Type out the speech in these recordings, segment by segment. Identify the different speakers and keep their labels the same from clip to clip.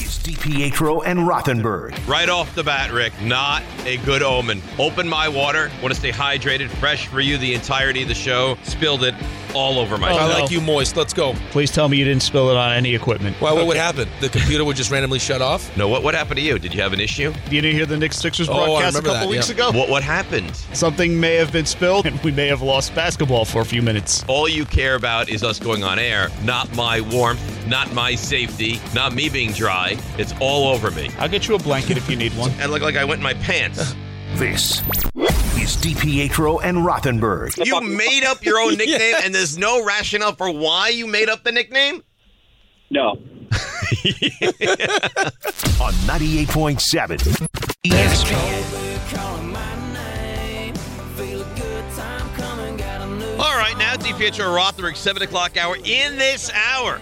Speaker 1: is DiPietro and Rothenberg.
Speaker 2: Right off the bat, Rick, not a good omen. Open my water. Want to stay hydrated, fresh for you the entirety of the show. Spilled it all over
Speaker 3: I
Speaker 2: myself.
Speaker 3: like you moist. Let's go.
Speaker 4: Oh, Please tell me you didn't spill it on any equipment.
Speaker 3: Well, what would happen? The computer would just randomly shut off.
Speaker 2: No, what what happened to you? Did you have an issue?
Speaker 4: You didn't hear the Knicks Sixers
Speaker 3: Oh, I
Speaker 4: broadcast a
Speaker 3: remember
Speaker 4: couple
Speaker 3: that,
Speaker 4: weeks
Speaker 3: yeah.
Speaker 4: ago?
Speaker 2: What what happened?
Speaker 4: Something may have been spilled, and we may have lost basketball for a few minutes.
Speaker 2: All you care about is us going on air, not my warmth, not my safety, not me being dry. It's all over me.
Speaker 4: I'll get you a blanket if you need one.
Speaker 2: I look like I went in my pants.
Speaker 1: This is DiPietro and Rothenberg.
Speaker 2: You made up your own nickname, and there's no rationale for why you made up the nickname?
Speaker 5: No.
Speaker 1: on 98.7 ESPN.
Speaker 2: All right, now DiPietro Rothenberg, 7 o'clock hour in this hour.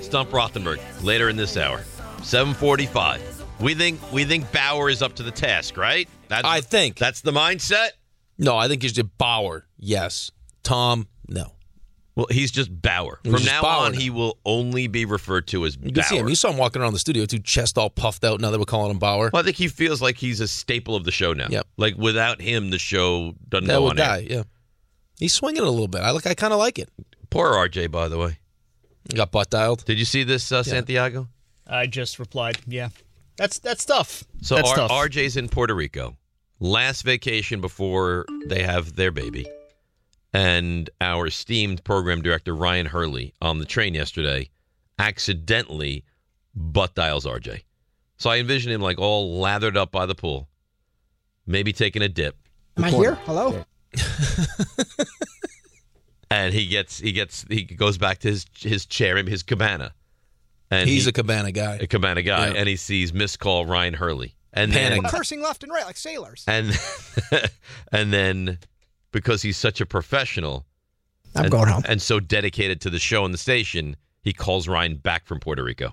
Speaker 2: Stump Rothenberg later in this hour, 745. We think we think Bauer is up to the task, right? That's,
Speaker 3: I think.
Speaker 2: That's the mindset?
Speaker 3: No, I think he's just Bauer. Yes. Tom. No.
Speaker 2: Well, he's just Bauer.
Speaker 3: He's
Speaker 2: From
Speaker 3: just
Speaker 2: now
Speaker 3: Bauer
Speaker 2: on,
Speaker 3: now.
Speaker 2: he will only be referred to as
Speaker 3: You
Speaker 2: Bauer.
Speaker 3: can see him. You saw him walking around the studio too, chest all puffed out. Now they were calling him Bauer.
Speaker 2: Well, I think he feels like he's a staple of the show now.
Speaker 3: Yep.
Speaker 2: Like without him, the show doesn't
Speaker 3: that
Speaker 2: go on
Speaker 3: would
Speaker 2: air.
Speaker 3: die. Yeah. He's swinging it a little bit. I like. I kind of like it.
Speaker 2: Poor RJ, by the way.
Speaker 3: He got butt dialed.
Speaker 2: Did you see this, uh, Santiago?
Speaker 4: I just replied, yeah. That's that's tough.
Speaker 2: So
Speaker 4: that's
Speaker 2: R-
Speaker 4: tough.
Speaker 2: RJ's in Puerto Rico, last vacation before they have their baby. And our esteemed program director, Ryan Hurley, on the train yesterday, accidentally butt dials RJ. So I envision him like all lathered up by the pool, maybe taking a dip.
Speaker 6: Am I here? Hello?
Speaker 2: And he gets, he gets, he goes back to his his chair, maybe his cabana. And
Speaker 3: he's
Speaker 2: he-
Speaker 3: a Cabana guy.
Speaker 2: a cabana guy,
Speaker 3: Yeah.
Speaker 2: and he sees missed call Ryan Hurley. And then-
Speaker 3: Panic.
Speaker 6: Cursing left and right like sailors.
Speaker 2: and and then because he's such a professional
Speaker 6: I'm
Speaker 2: and,
Speaker 6: going home.
Speaker 2: and so dedicated to the show and the station, he calls Ryan back from Puerto Rico.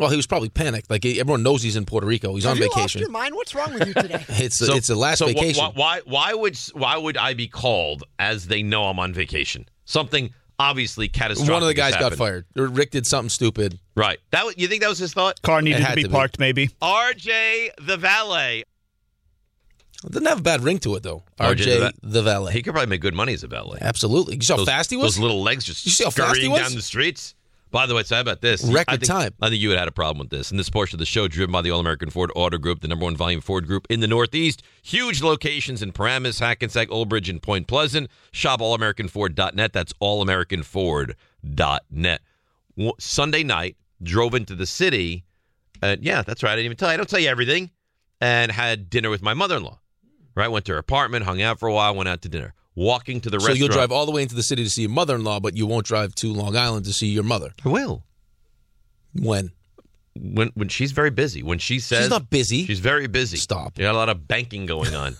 Speaker 3: Well, he was probably panicked. Like everyone knows he's in Puerto Rico. He's on
Speaker 6: Have you lost
Speaker 3: vacation.
Speaker 6: your mind? What's wrong with you today?
Speaker 3: It's a, it's a last
Speaker 2: so wh-
Speaker 3: vacation.
Speaker 2: wh- why why would s- why would I be called as they know I'm on vacation? Something obviously catastrophic.
Speaker 3: One of the
Speaker 2: has
Speaker 3: guys got
Speaker 2: happened.
Speaker 3: fired. Or Rick did something stupid.
Speaker 2: Right. That wa- you think that was his thought?
Speaker 4: Car needed
Speaker 3: had
Speaker 4: to be
Speaker 3: to be.
Speaker 4: parked, maybe.
Speaker 2: RJ the valet.
Speaker 3: It doesn't have a bad ring to it though.
Speaker 2: RJ
Speaker 3: RJ,
Speaker 2: that-
Speaker 3: the valet.
Speaker 2: He could probably make good money as a valet.
Speaker 3: Absolutely. You saw how
Speaker 2: Those-
Speaker 3: fast he was.
Speaker 2: Those little legs just
Speaker 3: You see how fast he
Speaker 2: scurrying
Speaker 3: was?
Speaker 2: down the streets. By the way, so how about this?
Speaker 3: Record
Speaker 2: I think,
Speaker 3: time.
Speaker 2: I think you had had a problem with this. In this portion of the show, driven by the All American Ford Auto Group, the number one volume Ford group in the Northeast, huge locations in Paramus, Hackensack, Old Bridge, and Point Pleasant. Shop allamericanford.net. That's allamericanford.net. Wo- Sunday night, drove into the city. And yeah, that's right. I didn't even tell you. I don't tell you everything. And had dinner with my mother in law. Right? Went to her apartment, hung out for a while, went out to dinner. Walking to the
Speaker 3: So
Speaker 2: restaurant.
Speaker 3: you'll drive all the way into the city to see your mother-in-law, but you won't drive to Long Island to see your mother.
Speaker 2: I will.
Speaker 3: When?
Speaker 2: when when she's very busy. When she says
Speaker 3: she's not busy.
Speaker 2: she's very busy.
Speaker 3: Stop.
Speaker 2: You got a lot of banking going on.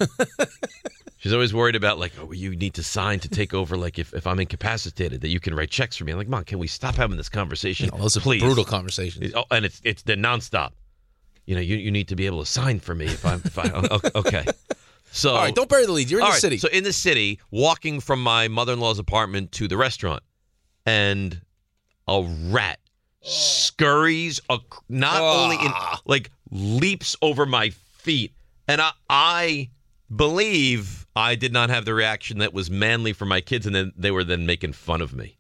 Speaker 2: she's always worried about like, oh, you need to sign to take over. Like if, if I'm incapacitated, that you can write checks for me. I'm like, mom, can we stop having this conversation?
Speaker 3: No, those are
Speaker 2: Please.
Speaker 3: brutal conversations.
Speaker 2: Oh, and it's it's the nonstop. You know, you, you need to be able to sign for me if I'm if I o- okay. So
Speaker 3: All right, don't bury the lead. You're in
Speaker 2: all
Speaker 3: the
Speaker 2: right,
Speaker 3: city.
Speaker 2: So in the city, walking from my mother-in-law's apartment to the restaurant, and a rat scurries ac- not
Speaker 3: Ah.
Speaker 2: only in like leaps over my feet, and I, I believe I did not have the reaction that was manly for my kids, and then they were then making fun of me.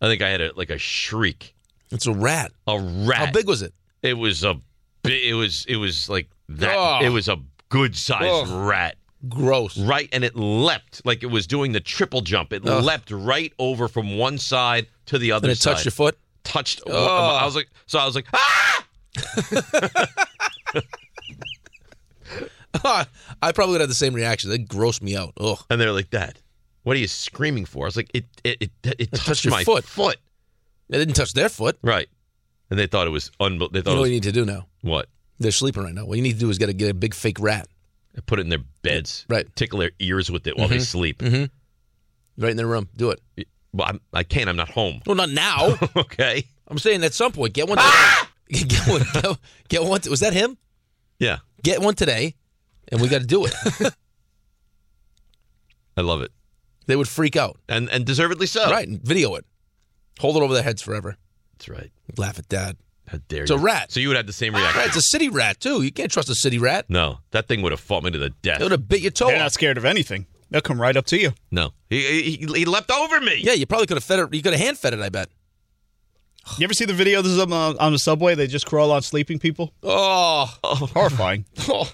Speaker 2: I think I had a, like a shriek,
Speaker 3: it's a rat.
Speaker 2: a rat.
Speaker 3: How big was it?
Speaker 2: It was a. bi- It was. It was like that.
Speaker 3: Oh.
Speaker 2: It was a good sized rat
Speaker 3: Gross.
Speaker 2: right and it leapt like it was doing the triple jump. It
Speaker 3: Ugh.
Speaker 2: leapt right over from one side to the other
Speaker 3: And it
Speaker 2: side.
Speaker 3: touched your foot.
Speaker 2: touched I was like so I was like ah
Speaker 3: I probably would have the same reaction. That grossed me out. Ugh.
Speaker 2: and they're like that. What are you screaming for? I was like it it it, it, touched,
Speaker 3: touched your
Speaker 2: my
Speaker 3: foot. It didn't touch their foot.
Speaker 2: Right. And they thought it was unbel- they
Speaker 3: You
Speaker 2: thought
Speaker 3: know what
Speaker 2: it
Speaker 3: you
Speaker 2: was,
Speaker 3: need to do now?
Speaker 2: what?
Speaker 3: They're sleeping right now. What you need to do is got to get a big fake rat.
Speaker 2: Put it in their beds.
Speaker 3: Right. Mm-hmm.
Speaker 2: Tickle their ears with it while they sleep.
Speaker 3: Right in the room. Do it.
Speaker 2: Well, I'm, I can't. I'm not home.
Speaker 3: Well, not now.
Speaker 2: okay.
Speaker 3: I'm saying at some point, get one. Today. get one. Get, get one. Was that him?
Speaker 2: Yeah.
Speaker 3: Get one today, and we got to do it.
Speaker 2: I love it,
Speaker 3: they would freak out,
Speaker 2: and and deservedly so.
Speaker 3: right? And video it. Hold it over their heads forever.
Speaker 2: That's right.
Speaker 3: Laugh at dad.
Speaker 2: How dare
Speaker 3: It's
Speaker 2: you?
Speaker 3: a rat.
Speaker 2: So you would have the same reaction.
Speaker 3: Right, it's a city rat too. You can't trust a city rat.
Speaker 2: No, that thing would have fought me to the death.
Speaker 3: It would have bit your toe.
Speaker 4: They're
Speaker 3: off.
Speaker 4: not scared of anything. They'll come right up to you.
Speaker 2: No, he, he he leapt over me.
Speaker 3: Yeah, you probably could have fed it. You could have hand fed it. I bet.
Speaker 4: You ever see the videos of them uh, on the subway? They just crawl on sleeping people.
Speaker 3: Oh,
Speaker 4: Horrifying.
Speaker 2: Oh.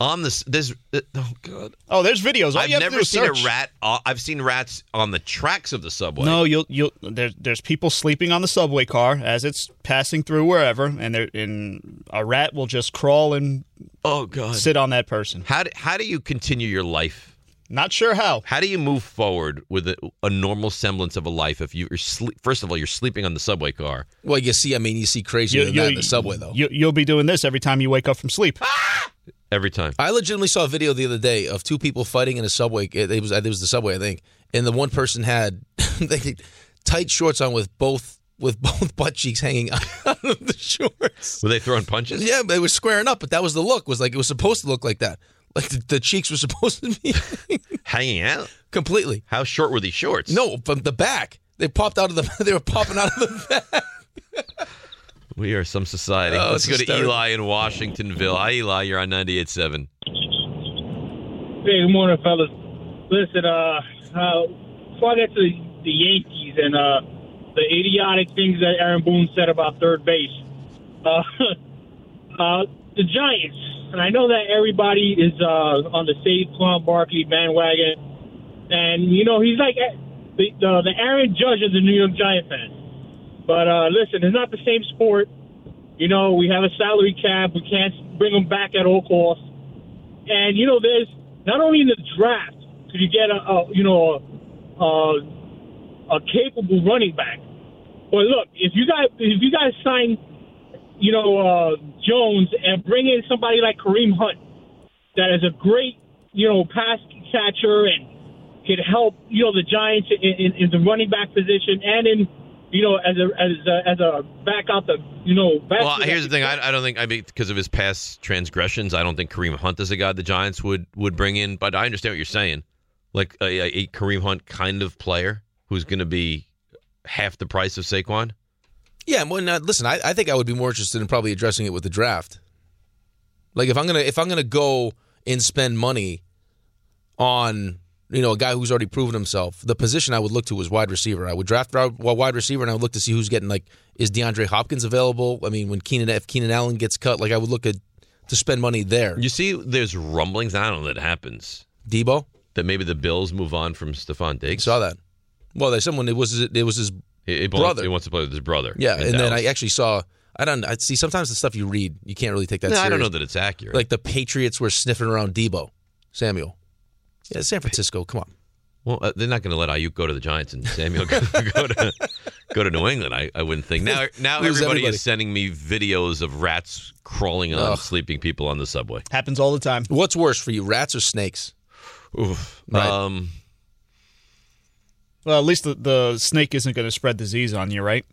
Speaker 2: On this, this. Uh, oh God,
Speaker 4: Oh, there's videos. All
Speaker 2: I've
Speaker 4: you have to do
Speaker 2: never
Speaker 4: is
Speaker 2: seen
Speaker 4: search.
Speaker 2: a rat. Uh, I've seen rats on the tracks of the subway.
Speaker 4: No, you'll you'll there's there's people sleeping on the subway car as it's passing through wherever, and they're and a rat will just crawl and
Speaker 2: Oh God.
Speaker 4: sit on that person.
Speaker 2: How do, how do you continue your life?
Speaker 4: Not sure how.
Speaker 2: How do you move forward with a, a normal semblance of a life if you're sleep? First of all, you're sleeping on the subway car.
Speaker 3: well, you see, I mean, you see crazy than that in the subway though. Ah!
Speaker 4: You, you'll be doing this every time you wake up from sleep.
Speaker 2: Every time.
Speaker 3: I legitimately saw a video the other day of two people fighting in a subway. It, it was it was the subway, I think, and the one person had they had tight shorts on with both with both butt cheeks hanging out of the shorts.
Speaker 2: Were they throwing punches?
Speaker 3: Yeah, but it was squaring up, but that was the look. Was like it was supposed to look like that. Like the, the cheeks were supposed to be
Speaker 2: Hanging out.
Speaker 3: completely.
Speaker 2: How short were these shorts?
Speaker 3: No, from the back. They popped out of the. They were popping out of the back.
Speaker 2: We are some society.
Speaker 3: Oh,
Speaker 2: Let's
Speaker 3: it's
Speaker 2: go to
Speaker 3: hysterical.
Speaker 2: Eli in Washingtonville. Hi, Eli. You're on 98.7.
Speaker 7: Hey, good morning, fellas. Listen, uh, uh, before I get to the, the Yankees and uh, the idiotic things that Aaron Boone said about third base, uh, uh, the Giants, and I know that everybody is uh, on the Save Plum Barkley bandwagon, and you know he's like eh, the the, the Aaron Judge of the New York Giant fan. But uh, listen, it's not the same sport. You know, we have a salary cap. We can't bring them back at all costs. And you know, there's not only in the draft could you get a, a you know a, a, a capable running back, but look if you guys if you guys sign you know uh, Jones and bring in somebody like Kareem Hunt that is a great you know pass catcher and could help you know the Giants in, in, in the running back position and in you know as a as a, as a back out the you know back
Speaker 2: Well, here's the thing. I, I don't think I mean because of his past transgressions, I don't think Kareem Hunt is a guy the Giants would would bring in. But I understand what you're saying, like a, a a Kareem Hunt kind of player who's going to be half the price of Saquon.
Speaker 3: Yeah, well, now, listen, I, I think I would be more interested in probably addressing it with the draft. Like if I'm gonna if I'm gonna go and spend money on you know a guy who's already proven himself, the position I would look to is wide receiver. I would draft ra- wa- wide receiver, and I would look to see who's getting like is DeAndre Hopkins available? I mean, when Keenan if Keenan Allen gets cut, like I would look at to spend money there.
Speaker 2: You see, there's rumblings. and I don't know that happens
Speaker 3: Debo
Speaker 2: that maybe the Bills move on from Stephon Diggs.
Speaker 3: saw that. Well, there's someone. It was it was his
Speaker 2: He, he belongs-
Speaker 3: brother.
Speaker 2: he wants to play with his brother.
Speaker 3: yeah,
Speaker 2: in
Speaker 3: and then
Speaker 2: Dallas.
Speaker 3: I actually saw. I don't. I see. Sometimes the stuff you read, you can't really take that.
Speaker 2: No, I
Speaker 3: serious.
Speaker 2: don't know that it's accurate.
Speaker 3: like the Patriots were sniffing around Debo Samuel. Yeah, San Francisco. Come on.
Speaker 2: Well, uh, they're not going to let Ayuk go to the Giants and Samuel go, go to go to New England. I, I wouldn't think. Now, now
Speaker 3: Lose
Speaker 2: everybody,
Speaker 3: everybody.
Speaker 2: is sending me videos of rats crawling on
Speaker 3: Ugh.
Speaker 2: sleeping people on the subway.
Speaker 4: Happens all the time.
Speaker 3: What's worse for you, rats or snakes?
Speaker 2: Oof.
Speaker 3: Right.
Speaker 2: Um,
Speaker 4: Well, at least the, the snake isn't going to spread disease on you, right?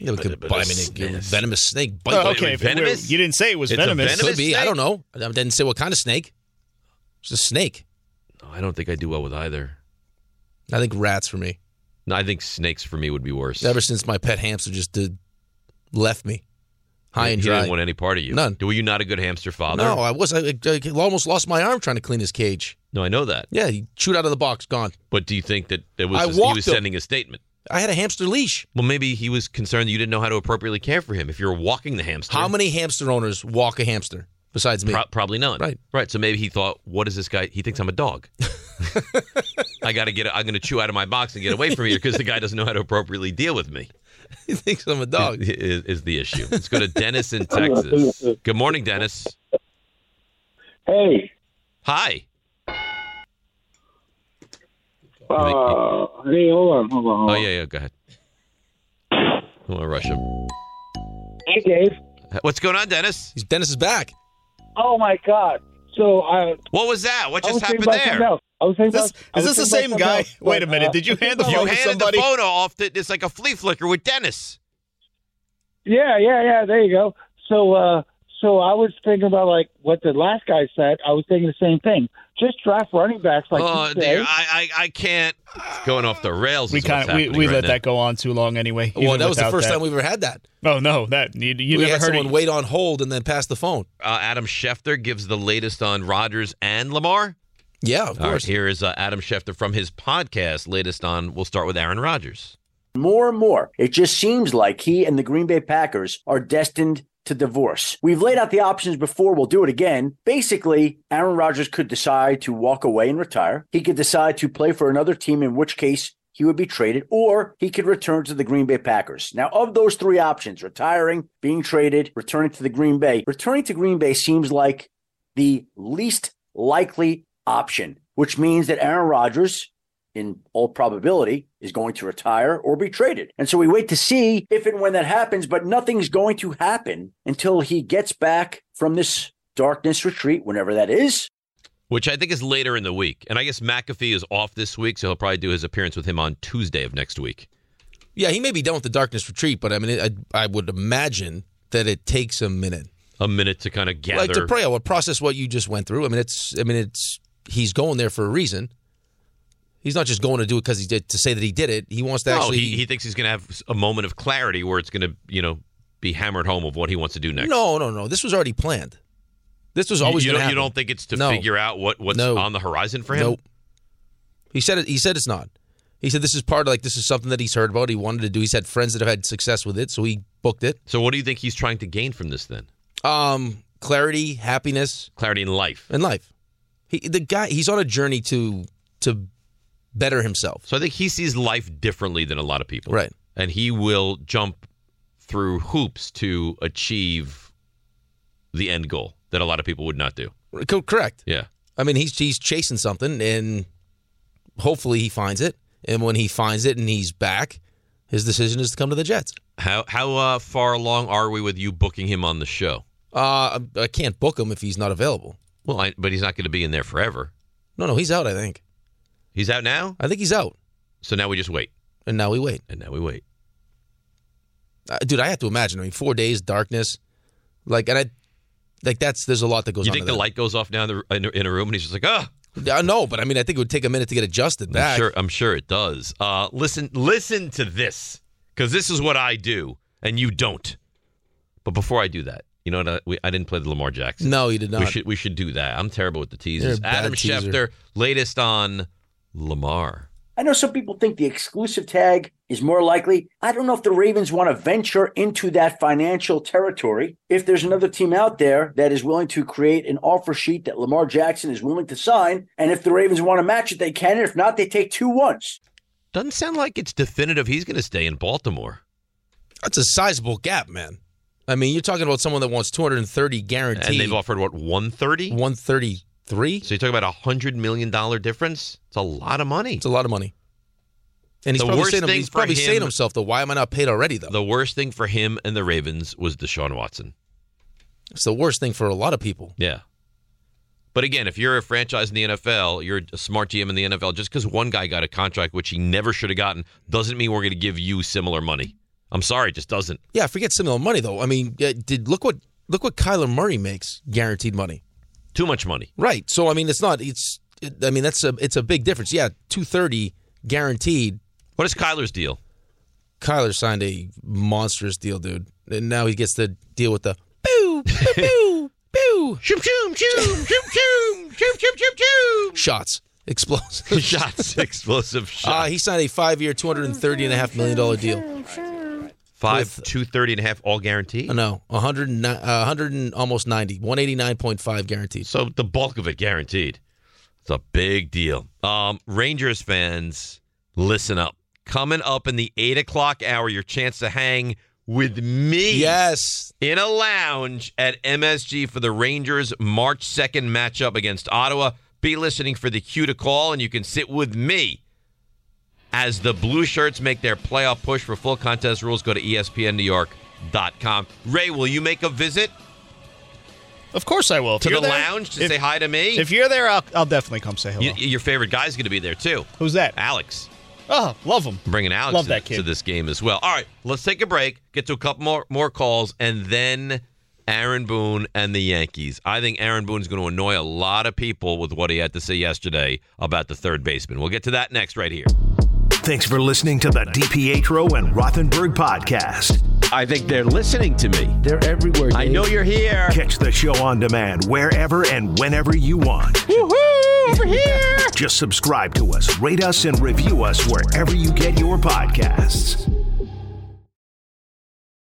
Speaker 3: Yeah, but,
Speaker 2: but a
Speaker 3: but, I mean, a- a
Speaker 2: snake.
Speaker 3: e- venomous snake. Bite
Speaker 4: Oh,
Speaker 3: you.
Speaker 4: okay, if it were-
Speaker 2: venomous?
Speaker 4: you didn't say it was
Speaker 2: It's a
Speaker 4: venomous.
Speaker 2: venomous-
Speaker 3: Could be.
Speaker 2: snake?
Speaker 3: I don't know. I didn't say what kind of snake. It's a snake.
Speaker 2: no, I don't think I do well with either.
Speaker 3: I think rats for me.
Speaker 2: No, I think snakes for me would be worse.
Speaker 3: Ever since my pet hamster just did, left me high
Speaker 2: he
Speaker 3: and
Speaker 2: didn't
Speaker 3: dry.
Speaker 2: want any part of you.
Speaker 3: None.
Speaker 2: Were you not a good hamster father?
Speaker 3: No, I was. I, I almost lost my arm trying to clean his cage.
Speaker 2: No, I know that.
Speaker 3: Yeah, he chewed out of the box, gone.
Speaker 2: But do you think that it was
Speaker 3: I
Speaker 2: he was
Speaker 3: walked him.
Speaker 2: sending a statement?
Speaker 3: I had a hamster leash.
Speaker 2: Well, maybe he was concerned that you didn't know how to appropriately care for him. If you're walking the hamster,
Speaker 3: How many hamster owners walk a hamster besides me?
Speaker 2: Pro- probably none.
Speaker 3: Right.
Speaker 2: Right. So maybe he thought, what is this guy? He thinks I'm a dog. I got to get, I'm going to chew out of my box and get away from here because the guy doesn't know how to appropriately deal with me,
Speaker 3: he thinks I'm a dog.
Speaker 2: is, is, is the issue. Let's go to Dennis in Texas. Good morning, Dennis.
Speaker 5: Hey,
Speaker 2: Hi.
Speaker 5: uh, hey, hold on, hold on, hold on.
Speaker 2: Oh, yeah, yeah, go ahead. I want to rush him.
Speaker 5: Hey, Dave.
Speaker 2: What's going on, Dennis?
Speaker 3: He's Dennis is back.
Speaker 5: Oh my God. uh, So I,
Speaker 2: What was that? What
Speaker 5: I
Speaker 2: just
Speaker 5: was thinking
Speaker 2: happened
Speaker 5: about something
Speaker 2: there?
Speaker 5: else. I was thinking
Speaker 4: This,
Speaker 5: about, I
Speaker 4: is
Speaker 5: was
Speaker 4: this the
Speaker 5: thinking
Speaker 4: same
Speaker 5: about
Speaker 4: guy?
Speaker 5: something else,
Speaker 4: Wait a
Speaker 5: but,
Speaker 4: minute.
Speaker 5: uh,
Speaker 4: Did you hand the
Speaker 2: You
Speaker 4: phone to
Speaker 2: handed
Speaker 4: somebody?
Speaker 2: the phone off. To, it's like a flea flicker with Dennis.
Speaker 5: Yeah, yeah, yeah. There you go. So, uh, so I was thinking about like what the last guy said. I was thinking the same thing. Just draft running backs like
Speaker 2: oh,
Speaker 5: you
Speaker 2: dear,
Speaker 5: say.
Speaker 2: I, I, I can't. It's going off the rails.
Speaker 4: We
Speaker 2: is what's
Speaker 4: kind of we,
Speaker 2: happening
Speaker 4: we
Speaker 2: right
Speaker 4: let
Speaker 2: now.
Speaker 4: that go on too long anyway.
Speaker 3: Well,
Speaker 4: even
Speaker 3: that was the
Speaker 4: without
Speaker 3: first
Speaker 4: that.
Speaker 3: time we've ever had that.
Speaker 4: Oh no, that you, you
Speaker 3: we
Speaker 4: never
Speaker 3: had
Speaker 4: heard
Speaker 3: someone
Speaker 4: it.
Speaker 3: wait on hold and then pass the phone.
Speaker 2: Uh, Adam Schefter gives the latest on Rodgers and Lamar.
Speaker 3: Yeah, of
Speaker 2: All right,
Speaker 3: course.
Speaker 2: here is uh, Adam Schefter from his podcast. Latest on. We'll start with Aaron Rodgers.
Speaker 8: More and more, it just seems like he and the Green Bay Packers are destined to divorce. We've laid out the options before, we'll do it again. Basically, Aaron Rodgers could decide to walk away and retire. He could decide to play for another team, in which case he would be traded, or he could return to the Green Bay Packers. Now, of those three options, retiring, being traded, returning to the Green Bay, returning to Green Bay seems like the least likely option, which means that Aaron Rodgers, in all probability, is going to retire or be traded. And so we wait to see if and when that happens, but nothing's going to happen until he gets back from this darkness retreat, whenever that is.
Speaker 2: which I think is later in the week. And I guess McAfee is off this week, so he'll probably do his appearance with him on Tuesday of next week.
Speaker 3: Yeah, he may be done with the darkness retreat, but I mean, it, I, I would imagine that it takes a minute,
Speaker 2: A minute to kind of gather.
Speaker 3: like to pray. I would process what you just went through. I mean, it's, I mean, it's he's going there for a reason. He's not just going to do it because he did to say that he did it. He wants to
Speaker 2: No,
Speaker 3: actually.
Speaker 2: he, he thinks he's going to have a moment of clarity where it's going to, you know, be hammered home of what he wants to do next.
Speaker 3: no, no, no. This was already planned. This was
Speaker 2: You-
Speaker 3: always.
Speaker 2: you, don't,
Speaker 3: gonna
Speaker 2: you
Speaker 3: happen.
Speaker 2: don't think it's to
Speaker 3: No.
Speaker 2: figure out what, what's
Speaker 3: No.
Speaker 2: on the horizon for him?
Speaker 3: Nope. He said it. He said it's not. He said this is part of like this is something that he's heard about. He wanted to do. He's had friends that have had success with it, so he booked it.
Speaker 2: So what do you think he's trying to gain from this then?
Speaker 3: Um, clarity, happiness,
Speaker 2: Clarity in life.
Speaker 3: and life. He the guy. He's on a journey to to better himself.
Speaker 2: So I think he sees life differently than a lot of people.
Speaker 3: Right.
Speaker 2: And he will jump through hoops to achieve the end goal that a lot of people would not do.
Speaker 3: Co- correct.
Speaker 2: Yeah.
Speaker 3: I mean, he's he's chasing something, and hopefully he finds it. And when he finds it, and he's back, his decision is to come to the Jets.
Speaker 2: How how uh, far along are we with you booking him on the show?
Speaker 3: Uh, I, I can't book him if he's not available.
Speaker 2: Well, I, but he's not going to be in there forever.
Speaker 3: No, no, he's out. I think.
Speaker 2: He's out now,
Speaker 3: I think he's out.
Speaker 2: so now we just wait,
Speaker 3: And now we wait.
Speaker 2: and now we wait.
Speaker 3: uh, dude, I have to imagine. I mean, four days darkness, like, and I, like that's there's a lot that goes.
Speaker 2: you
Speaker 3: on
Speaker 2: think the light goes off now in, the, in, in a room, and he's just like, "Ah."
Speaker 3: light? No, but I mean, I think it would take a minute to get adjusted
Speaker 2: I'm
Speaker 3: back.
Speaker 2: sure, I'm sure it does. Uh, listen, listen to this, because this is what I do, and you don't. But before I do that, you know what? I, we, I didn't play the Lamar Jackson.
Speaker 3: No, you did
Speaker 2: we
Speaker 3: not.
Speaker 2: should we should do that. I'm terrible with the
Speaker 3: You're
Speaker 2: teasers.
Speaker 3: a bad
Speaker 2: Adam
Speaker 3: teaser.
Speaker 2: Schefter, latest on Lamar.
Speaker 8: I know some people think the exclusive tag is more likely. I don't know if the Ravens want to venture into that financial territory. If there's another team out there that is willing to create an offer sheet that Lamar Jackson is willing to sign, and if the Ravens want to match it, they can. And if not, they take two ones.
Speaker 2: Doesn't sound like it's definitive. He's going to stay in Baltimore.
Speaker 3: That's a sizable gap, man. I mean, you're talking about someone that wants 230 guaranteed,
Speaker 2: And they've offered what 130?
Speaker 3: 133.
Speaker 2: So you talk about a hundred million dollar difference. It's a lot of money.
Speaker 3: It's a lot of money. And he's
Speaker 2: The
Speaker 3: probably
Speaker 2: worst
Speaker 3: saying,
Speaker 2: thing
Speaker 3: he's
Speaker 2: for
Speaker 3: probably saying
Speaker 2: him-
Speaker 3: to himself, though, why am I not paid already? Though
Speaker 2: The worst thing for him and the Ravens was Deshaun Watson.
Speaker 3: it's the worst thing for a lot of people.
Speaker 2: Yeah. But again, if you're a franchise in the NFL, you're a smart GM in the NFL. Just because one guy got a contract which he never should have gotten doesn't mean we're going to give you similar money. I'm sorry, it just doesn't.
Speaker 3: Yeah, forget similar money though. I mean, yeah, did look what look what Kyler Murray makes guaranteed money.
Speaker 2: Too much money.
Speaker 3: Right. So I mean, it's not. It's. It, I mean, that's a. It's a big difference. Yeah, two thirty guaranteed.
Speaker 2: What is Kyler's deal?
Speaker 3: Kyler signed a monstrous deal, dude, and now he gets to deal with the boo, boo, boo, boo
Speaker 2: Shoom, shoom, shoom, shoom, shoom, shoom, shoom, shoom,
Speaker 3: shots, explosive
Speaker 2: Shots, explosive
Speaker 3: Uh,
Speaker 2: shots.
Speaker 3: he signed a five-year, two hundred and thirty and a half million dollar deal.
Speaker 2: Five,
Speaker 3: with-
Speaker 2: two, thirty and a half, all guaranteed.
Speaker 3: Oh, no, a hundred and nine, uh, hundred and almost ninety, one eighty-nine point five guaranteed.
Speaker 2: So the bulk of it guaranteed. It's a big deal. Um, Rangers fans, listen up. Coming up in the eight o'clock hour, your chance to hang with me
Speaker 3: Yes,
Speaker 2: in a lounge at MSG for the Rangers March 2nd matchup against Ottawa. Be listening for the cue to call, and you can sit with me as the Blue Shirts make their playoff push for full E contest rules. Go to ESPNNewYork.com. Ray, will you make a visit?
Speaker 4: Of course I will. If
Speaker 2: to
Speaker 4: you're
Speaker 2: the
Speaker 4: there-
Speaker 2: lounge to
Speaker 4: if-
Speaker 2: say hi to me.
Speaker 4: If you're there, I'll, I'll definitely come say hello.
Speaker 2: You- your favorite guy's going to be there too.
Speaker 4: Who's that?
Speaker 2: Alex.
Speaker 4: Oh, love him.
Speaker 2: I'm bringing Alex
Speaker 4: Love
Speaker 2: to,
Speaker 4: that kid.
Speaker 2: to this game as well. All right, let's take a break. Get to a couple more more calls, and then Aaron Boone and the Yankees. I think Aaron Boone's going to annoy a lot of people with what he had to say yesterday about the third baseman. We'll get to that next right here.
Speaker 1: Thanks for listening to the DPetro and Rothenberg podcast.
Speaker 9: I think they're listening to me.
Speaker 10: They're everywhere.
Speaker 9: I know you're here.
Speaker 1: Catch the show on demand wherever and whenever you want.
Speaker 9: Woohoo! Over here.
Speaker 1: Just subscribe to us, rate us, and review us wherever you get your podcasts.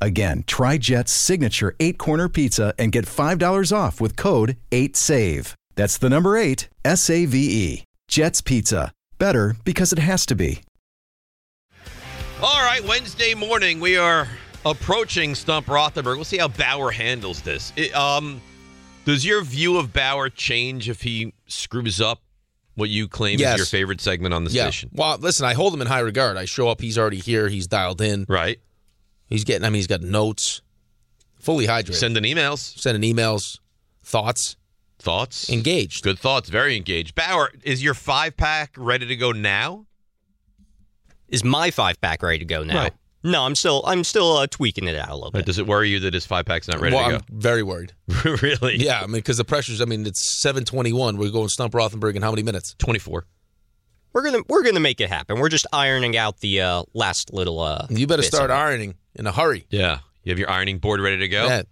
Speaker 11: Again, try Jet's signature eight corner pizza and get $5 off with code 8SAVE. That's the number eight, S A V E. Jet's Pizza. Better because it has to be.
Speaker 2: All right, Wednesday morning, we are approaching Stump Rothenberg. We'll see how Bauer handles this. It, um, does your view of Bauer change if he screws up what you claim
Speaker 3: Yes.
Speaker 2: is your favorite segment on the
Speaker 3: yeah.
Speaker 2: station?
Speaker 3: Well, listen, I hold him in high regard. I show up. He's already here. He's dialed in.
Speaker 2: Right.
Speaker 3: He's getting. I mean, he's got notes. Fully hydrated.
Speaker 2: Sending emails,
Speaker 3: sending emails, thoughts,
Speaker 2: thoughts,
Speaker 3: engaged.
Speaker 2: Good thoughts. Very engaged. Bauer, is your five pack ready to go now?
Speaker 12: Is my five pack ready to go now?
Speaker 2: Right.
Speaker 12: No, I'm still I'm still uh, tweaking it out a little
Speaker 2: Or
Speaker 12: bit.
Speaker 2: does it worry you that his five pack's not ready
Speaker 3: well,
Speaker 2: to
Speaker 3: I'm very worried.
Speaker 2: go? really?
Speaker 3: Yeah, I mean, because the pressures. I mean, it's seven twenty-one. We're going Stump Rothenberg in how many minutes?
Speaker 2: 24.
Speaker 12: We're gonna we're gonna make it happen. We're just ironing out the uh, last little. Uh,
Speaker 3: You better
Speaker 12: bits
Speaker 3: start
Speaker 12: of it.
Speaker 3: ironing in a hurry.
Speaker 2: Yeah. You have your ironing board ready to go?
Speaker 3: Yeah.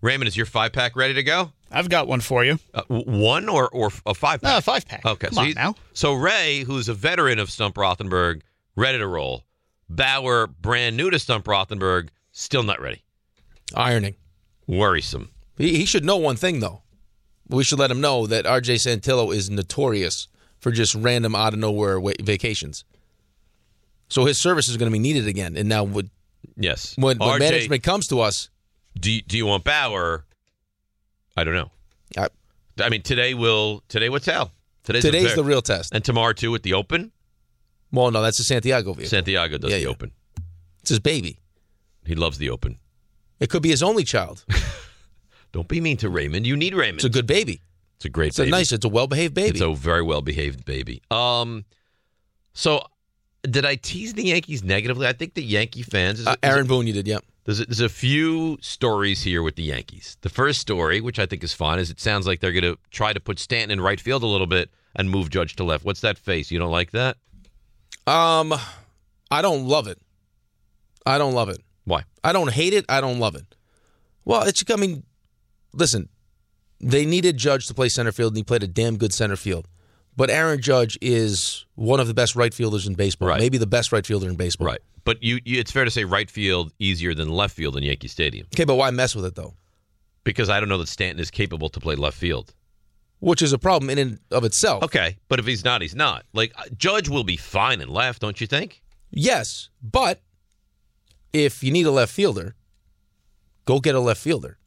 Speaker 2: Raymond, is your five pack ready to go?
Speaker 4: I've got one for you.
Speaker 2: Uh, w- one or, or f- a five pack?
Speaker 4: No, five pack.
Speaker 2: Okay.
Speaker 4: Come
Speaker 2: so
Speaker 4: on
Speaker 2: you-
Speaker 4: now.
Speaker 2: So Ray, who's a veteran of Stump Rothenberg, ready to roll. Bauer, brand new to Stump Rothenberg, still not ready.
Speaker 3: Ironing.
Speaker 2: Worrisome.
Speaker 3: He, he should know one thing though. We should let him know that R.J. Santillo is notorious for just random out of nowhere wa- vacations. So his service is going to be needed again. And now when,
Speaker 2: Yes.
Speaker 3: when, when
Speaker 2: RJ,
Speaker 3: management comes to us,
Speaker 2: do you, do you want Bauer? I don't know.
Speaker 3: I-
Speaker 2: I mean, today will today will tell. Today's, a
Speaker 3: today's
Speaker 2: ver-
Speaker 3: the real test.
Speaker 2: and tomorrow too at the Open.
Speaker 3: Well, no, that's the Santiago view.
Speaker 2: Santiago does
Speaker 3: Yeah,
Speaker 2: the
Speaker 3: yeah.
Speaker 2: Open.
Speaker 3: It's his baby.
Speaker 2: He loves the Open.
Speaker 3: It could be his only child.
Speaker 2: Don't be mean to Raymond. You need Raymond.
Speaker 3: It's a good baby.
Speaker 2: It's a great.
Speaker 3: It's
Speaker 2: baby.
Speaker 3: a nice. It's a well-behaved baby.
Speaker 2: It's a very well behaved baby. Um, so did I tease the Yankees negatively? I think the Yankee fans. Is,
Speaker 3: Uh,
Speaker 2: is-
Speaker 3: Aaron Boone, you did, yeah.
Speaker 2: There's a, there's a few stories here with the Yankees. The first story, which I think is fun, is it sounds like they're going to try to put Stanton in right field a little bit and move Judge to left. What's that face? You don't like that?
Speaker 3: Um, I don't love it. I don't love it.
Speaker 2: Why?
Speaker 3: I don't hate it. I don't love it. Well, it's I mean, listen, they needed Judge to play center field, and he played a damn good center field. But Aaron Judge is one of the best right fielders in baseball,
Speaker 2: Right.
Speaker 3: maybe the best right fielder in baseball.
Speaker 2: Right. But you, you, it's fair to say right field easier than left field in Yankee Stadium.
Speaker 3: Okay, but why mess with it though?
Speaker 2: because I don't know that Stanton is capable to play left field.
Speaker 3: which is a problem in and of itself.
Speaker 2: Okay, but if he's not, he's not. Like uh, Judge will be fine in left, don't you think?
Speaker 3: Yes, but if you need a left fielder, go get a left fielder.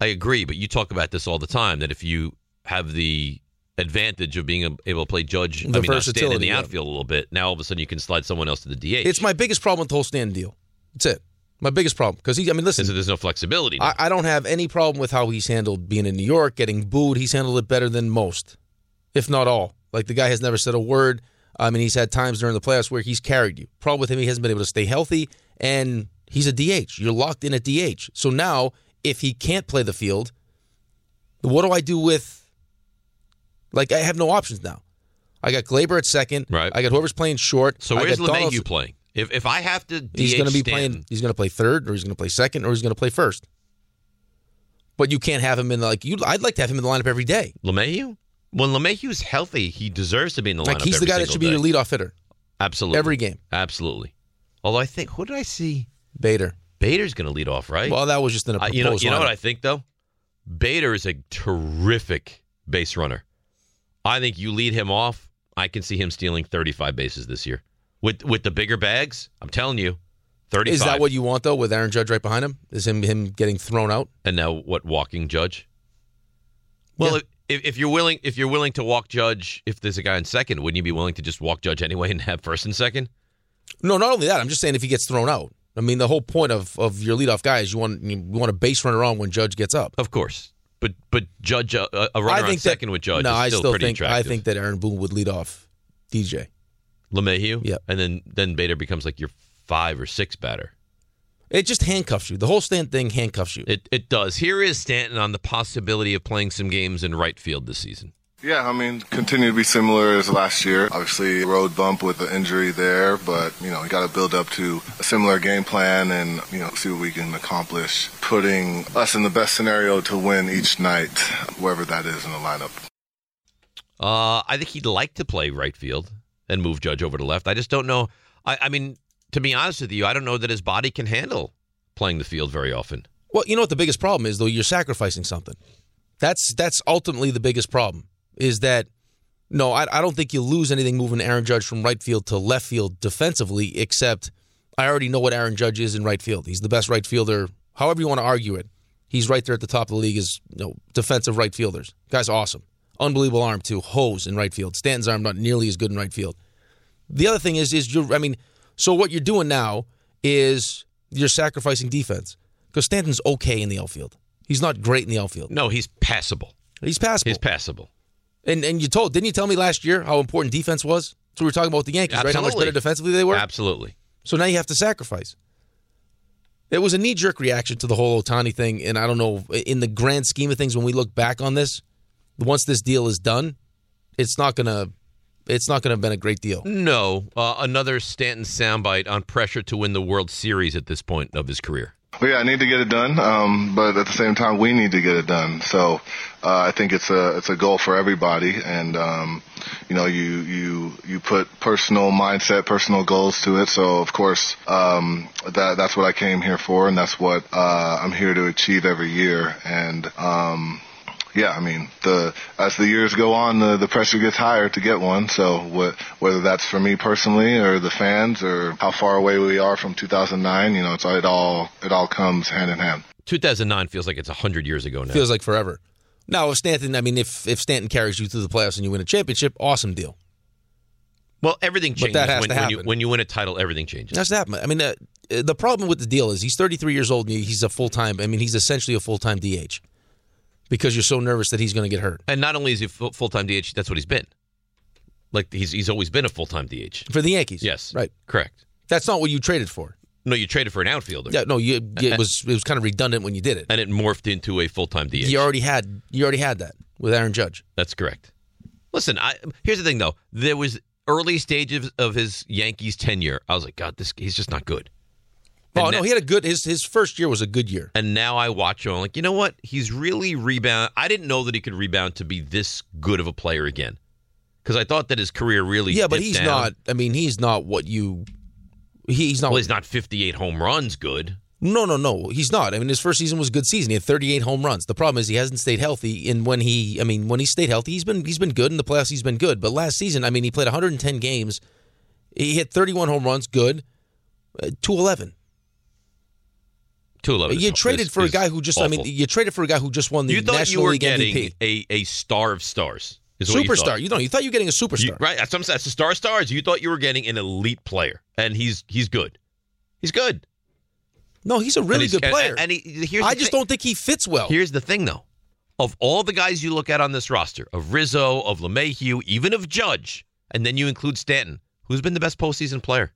Speaker 2: I agree, but you talk about this all the time that if you have the advantage of being able to play Judge, I
Speaker 3: The
Speaker 2: mean, not stand in
Speaker 3: versatility,
Speaker 2: the
Speaker 3: yeah.
Speaker 2: outfield a little bit, now all of a sudden you can slide someone else to the DH.
Speaker 3: It's my biggest problem with the whole Stanton deal. That's it. My biggest problem because he. I mean, listen,
Speaker 2: so there's no flexibility.
Speaker 3: I, I don't have any problem with how he's handled being in New York, getting booed. He's handled it better than most, if not all. Like the guy has never said a word. I mean, he's had times during the playoffs where he's carried you. Problem with him, he hasn't been able to stay healthy, and he's a DH. You're locked in at DH. So now, if he can't play the field, what do I do with? Like, I have no options now. I got Glaber at second. Right. I got whoever's playing short.
Speaker 2: so
Speaker 3: I
Speaker 2: where's
Speaker 3: got Donaldson-
Speaker 2: LeMahieu playing? If, if I have to DH
Speaker 3: He's going to be
Speaker 2: Stanton-
Speaker 3: playing. He's going to play third, or he's going to play second, or he's going to play first. But you can't have him in the, like you. I'd like to have him in the lineup every day.
Speaker 2: LeMahieu? When LeMahieu's healthy, he deserves to be in the lineup.
Speaker 3: Like he's the
Speaker 2: every
Speaker 3: guy that
Speaker 2: single
Speaker 3: should be your
Speaker 2: day.
Speaker 3: leadoff hitter.
Speaker 2: Absolutely.
Speaker 3: every game.
Speaker 2: Absolutely. Although I think, who did I see?
Speaker 3: Bader.
Speaker 2: Bader's going to lead off, right?
Speaker 3: Well, that was just in a
Speaker 2: Uh, you know,
Speaker 3: proposed
Speaker 2: you know what
Speaker 3: lineup.
Speaker 2: I think though. Bader is a terrific base runner. I think you lead him off. I can see him stealing 35 bases this year with with the bigger bags. I'm telling you, 35.
Speaker 3: Is that what you want though? With Aaron Judge right behind him, is him him getting thrown out?
Speaker 2: And now what? Walking Judge. Well, if, if you're willing, if you're willing to walk Judge, if there's a guy in second, wouldn't you be willing to just walk Judge anyway and have first and second?
Speaker 3: No, not only that. I'm just saying if he gets thrown out. I mean, the whole point of of your leadoff guy is you want you want a base runner on when Judge gets up.
Speaker 2: Of course, but but Judge uh, a runner on
Speaker 3: that-
Speaker 2: second with Judge
Speaker 3: No,
Speaker 2: is
Speaker 3: I
Speaker 2: still,
Speaker 3: still
Speaker 2: pretty
Speaker 3: think
Speaker 2: attractive.
Speaker 3: I think that Aaron Boone would lead off DJ.
Speaker 2: LeMahieu.
Speaker 3: Yeah.
Speaker 2: And then then Bader becomes like your five or six batter.
Speaker 3: It just handcuffs you. The whole stand thing handcuffs you.
Speaker 2: It it does. Here is Stanton on the possibility of playing some games in right field this season.
Speaker 13: Yeah, I mean, continue to be similar as last year. Obviously, road bump with the injury there, but you know, you got to build up to a similar game plan and you know, see what we can accomplish, putting us in the best scenario to win each night, wherever that is in the lineup.
Speaker 2: Uh, I think he'd like to play right field and move Judge over to left. I just don't know. I, I mean, to be honest with you, I don't know that his body can handle playing the field very often.
Speaker 3: Well, you know what the biggest problem is though. You're sacrificing something. That's that's ultimately the biggest problem. Is that no? I, I don't think you lose anything moving Aaron Judge from right field to left field defensively. Except I already know what Aaron Judge is in right field. He's the best right fielder. However you want to argue it, he's right there at the top of the league as you know defensive right fielders. Guy's awesome, unbelievable arm too. Hose in right field. Stanton's arm not nearly as good in right field. The other thing is, is you're, I mean, so what you're doing now is you're sacrificing defense because Stanton's okay in the outfield. He's not great in the outfield.
Speaker 2: No, he's passable.
Speaker 3: He's passable.
Speaker 2: He's passable.
Speaker 3: And and you told didn't you tell me last year how important defense was? So we were talking about the Yankees, right? How much
Speaker 2: Absolutely.
Speaker 3: better defensively they were.
Speaker 2: Absolutely.
Speaker 3: So now you have to sacrifice. It was a knee jerk reaction to the whole Otani thing, and I don't know in the grand scheme of things when we look back on this, once this deal is done, it's not gonna, it's not gonna have been a great deal.
Speaker 2: No, uh, another Stanton soundbite on pressure to win the World Series at this point of his career.
Speaker 13: Well, yeah, I need to get it done, um, but at the same time, we need to get it done. So uh, I think it's a it's a goal for everybody, and um, you know, you you you put personal mindset, personal goals to it. So of course, um, that that's what I came here for, and that's what uh, I'm here to achieve every year. And um, yeah, I mean, the as the years go on, the, the pressure gets higher to get one. So what, whether that's for me personally or the fans or how far away we are from 2009, you know, it's it all it all comes hand in hand.
Speaker 2: 2009 feels like it's 100 years ago now.
Speaker 3: Feels like forever. Now, if Stanton, I mean, if if Stanton carries you through the playoffs and you win a championship, awesome deal.
Speaker 2: Well, everything
Speaker 3: But
Speaker 2: changes
Speaker 3: that has
Speaker 2: when,
Speaker 3: to
Speaker 2: when you
Speaker 3: happen.
Speaker 2: when you win a title. Everything changes.
Speaker 3: That's that. I mean, uh, the problem with the deal is he's 33 years old and he's a full time. I mean, he's essentially a full time DH because you're so nervous that he's going to get hurt
Speaker 2: And not only is he full time DH, that's what he's been. Like he's he's always been a full time DH.
Speaker 3: for the Yankees.
Speaker 2: Yes,
Speaker 3: right.
Speaker 2: correct.
Speaker 3: That's not what you traded for.
Speaker 2: No, you traded for an outfielder.
Speaker 3: Yeah, no, you, it was it was kind of redundant when you did it.
Speaker 2: and it morphed into a full time DH.
Speaker 3: You already had you already had that with Aaron Judge.
Speaker 2: That's correct. Listen, I, here's the thing though. There was early stages of his Yankees tenure. I was like, God, this he's just not good.
Speaker 3: Oh
Speaker 2: And
Speaker 3: no,
Speaker 2: that-
Speaker 3: he had a good his his first year was a good year.
Speaker 2: And now I watch him. I'm like, you know what? He's really rebound. I didn't know that he could rebound to be this good of a player again. Because I thought that his career really
Speaker 3: yeah, but
Speaker 2: dipped
Speaker 3: he's
Speaker 2: down.
Speaker 3: not. I mean, he's not what you. He's not.
Speaker 2: Well, he's not 58 home runs good.
Speaker 3: No, no, no. He's not. I mean, his first season was a good season. He had 38 home runs. The problem is he hasn't stayed healthy. And when he, I mean, when he stayed healthy, he's been he's been good in the playoffs. He's been good. But last season, I mean, he played 110 games. He hit 31 home runs. Good. Uh, 211.
Speaker 2: 211.
Speaker 3: You traded for a guy who just, I mean, you traded for a guy who just won the
Speaker 2: you thought
Speaker 3: National
Speaker 2: you were
Speaker 3: League
Speaker 2: getting
Speaker 3: MVP.
Speaker 2: a a star of stars. Is what you
Speaker 3: Superstar.
Speaker 2: thought.
Speaker 3: You, know, you thought you were getting a superstar.
Speaker 2: You- right? That's what I'm saying. That's the star of stars. You thought you were getting an elite player, and he's he's good. He's good.
Speaker 3: No, he's a really
Speaker 2: he's-
Speaker 3: good
Speaker 2: and-
Speaker 3: player.
Speaker 2: and he- here's
Speaker 3: I
Speaker 2: the
Speaker 3: just
Speaker 2: thing.
Speaker 3: don't think he fits well.
Speaker 2: Here's the thing, though. Of all the guys you look at on this roster, of Rizzo, of LeMahieu, even of Judge, and then you include Stanton, who's been the best postseason player?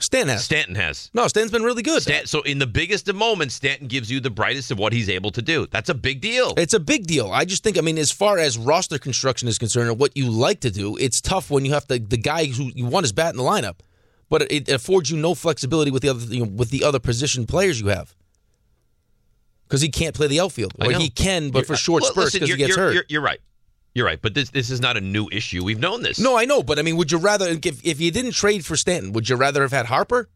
Speaker 3: Stanton has.
Speaker 2: Stanton has.
Speaker 3: No, Stanton's been really good.
Speaker 2: Stan- so in the biggest of moments, Stanton gives you the brightest of what he's able to do. That's a big deal.
Speaker 3: It's a big deal. I just think, I mean, as far as roster construction is concerned, and what you like to do, it's tough when you have to the guy who you want is bat in the lineup, but it affords you no flexibility with the other you know, with the other position players you have because he can't play the outfield,
Speaker 2: I
Speaker 3: or
Speaker 2: know.
Speaker 3: he can, but
Speaker 2: You're- uh,
Speaker 3: for short
Speaker 2: well,
Speaker 3: spurts
Speaker 2: listen,
Speaker 3: because he
Speaker 2: you're-
Speaker 3: gets
Speaker 2: you're-
Speaker 3: hurt.
Speaker 2: You're, you're right. You're right. But this this is not a new issue. We've known this.
Speaker 3: No, I know, but I mean, would you rather if if you didn't trade for Stanton, would you rather have had Harper,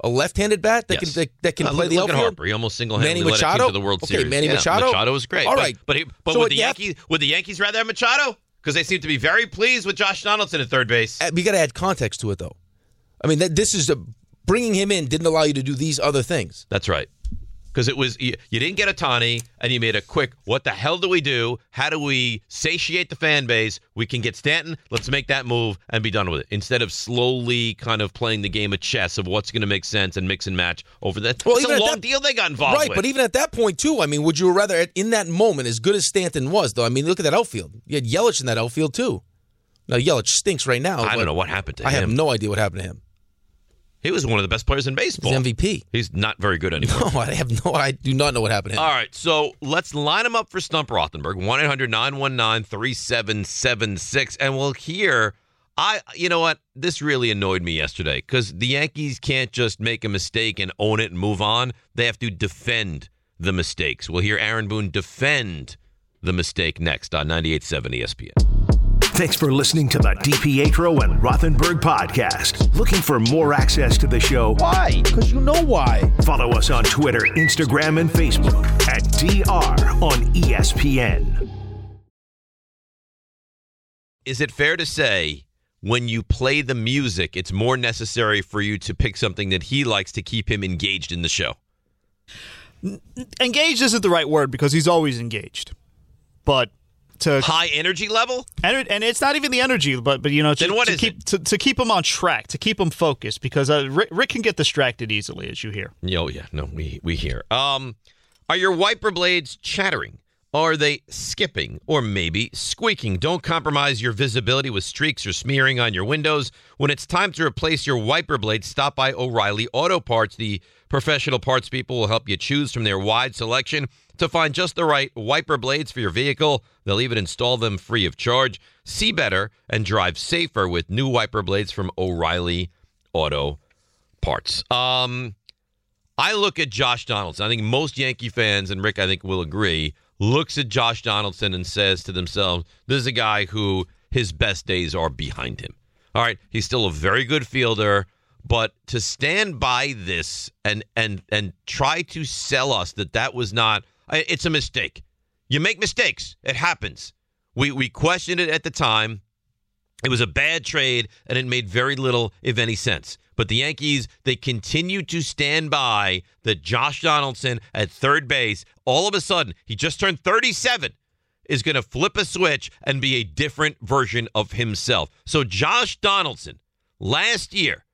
Speaker 3: a left-handed bat that
Speaker 2: Yes.
Speaker 3: can that, that can
Speaker 2: Uh,
Speaker 3: play
Speaker 2: look,
Speaker 3: the
Speaker 2: look at
Speaker 3: outfield?
Speaker 2: Harper. He almost single-handedly
Speaker 3: Manny
Speaker 2: led a team
Speaker 3: Machado?
Speaker 2: to the World
Speaker 3: Okay,
Speaker 2: Series.
Speaker 3: Manny
Speaker 2: Yeah,
Speaker 3: Machado?
Speaker 2: Machado was great.
Speaker 3: All
Speaker 2: but,
Speaker 3: right.
Speaker 2: but, he, but
Speaker 3: So
Speaker 2: would
Speaker 3: what
Speaker 2: the
Speaker 3: you have-
Speaker 2: Yankees would the Yankees rather have Machado because they seem to be very pleased with Josh Donaldson at third base.
Speaker 3: Uh, We got to add context to it, though. I mean, that this is a, bringing him in didn't allow you to do these other things.
Speaker 2: That's right. Because it was you, you didn't get a Tani, and you made a quick. What the hell do we do? How do we satiate the fan base? We can get Stanton. Let's make that move and be done with it. Instead of slowly kind of playing the game of chess of what's going to make sense and mix and match over that. it's
Speaker 3: even
Speaker 2: a
Speaker 3: at
Speaker 2: long
Speaker 3: that-
Speaker 2: deal they got involved
Speaker 3: right,
Speaker 2: with.
Speaker 3: but even at that point too, I mean, would you rather in that moment, as good as Stanton was, though? I mean, look at that outfield. You had Yelich in that outfield too. Now Yelich stinks right now.
Speaker 2: I
Speaker 3: but
Speaker 2: don't know what happened to
Speaker 3: I
Speaker 2: him.
Speaker 3: have no idea what happened to him.
Speaker 2: He was one of the best players in baseball.
Speaker 3: He's MVP.
Speaker 2: He's not very good anymore.
Speaker 3: No, Oh, I have no. I do not know what happened to him.
Speaker 2: All right, so let's line him up for Stump Rothenberg, 1 800 919 3776. And we'll hear. I, you know what? This really annoyed me yesterday because the Yankees can't just make a mistake and own it and move on. They have to defend the mistakes. We'll hear Aaron Boone defend the mistake next on 98.7 ESPN.
Speaker 1: Thanks for listening to the DPetro and Rothenberg podcast. Looking for more access to the show? Why? Because you know why. Follow us on Twitter, Instagram, and Facebook at DR on E ESPN.
Speaker 2: Is it fair to say when you play the music, it's more necessary for you to pick something that he likes to keep him engaged in the show?
Speaker 4: Engaged isn't the right word because he's always engaged, but to
Speaker 2: High energy level.
Speaker 4: And, and it's not even the energy, but but you know, to,
Speaker 2: Then what
Speaker 4: to
Speaker 2: is
Speaker 4: keep to, to keep him on track, to keep him focused, because uh, Rick, Rick can get distracted easily, as you hear.
Speaker 2: Yeah, Oh yeah, no, we we hear. Um, are your wiper blades chattering? Are they skipping or maybe squeaking? Don't compromise your visibility with streaks or smearing on your windows. When it's time to replace your wiper blades, stop by O'Reilly Auto Parts. The professional parts people will help you choose from their wide selection to find just the right wiper blades for your vehicle. They'll even install them free of charge. See better and drive safer with new wiper blades from O'Reilly Auto Parts. Um, I look at Josh Donaldson. I think most Yankee fans, and Rick, I think, will agree, looks at Josh Donaldson and says to themselves, this is a guy who his best days are behind him. All right, he's still a very good fielder, but to stand by this and and and try to sell us that that was not I- it's a mistake. You make mistakes. It happens. We we questioned it at the time. It was a bad trade, and it made very little, if any, sense. But the Yankees, they continue to stand by that Josh Donaldson at third base, all of a sudden, he just turned 37, is going to flip a switch and be a different version of himself. So, Josh Donaldson last year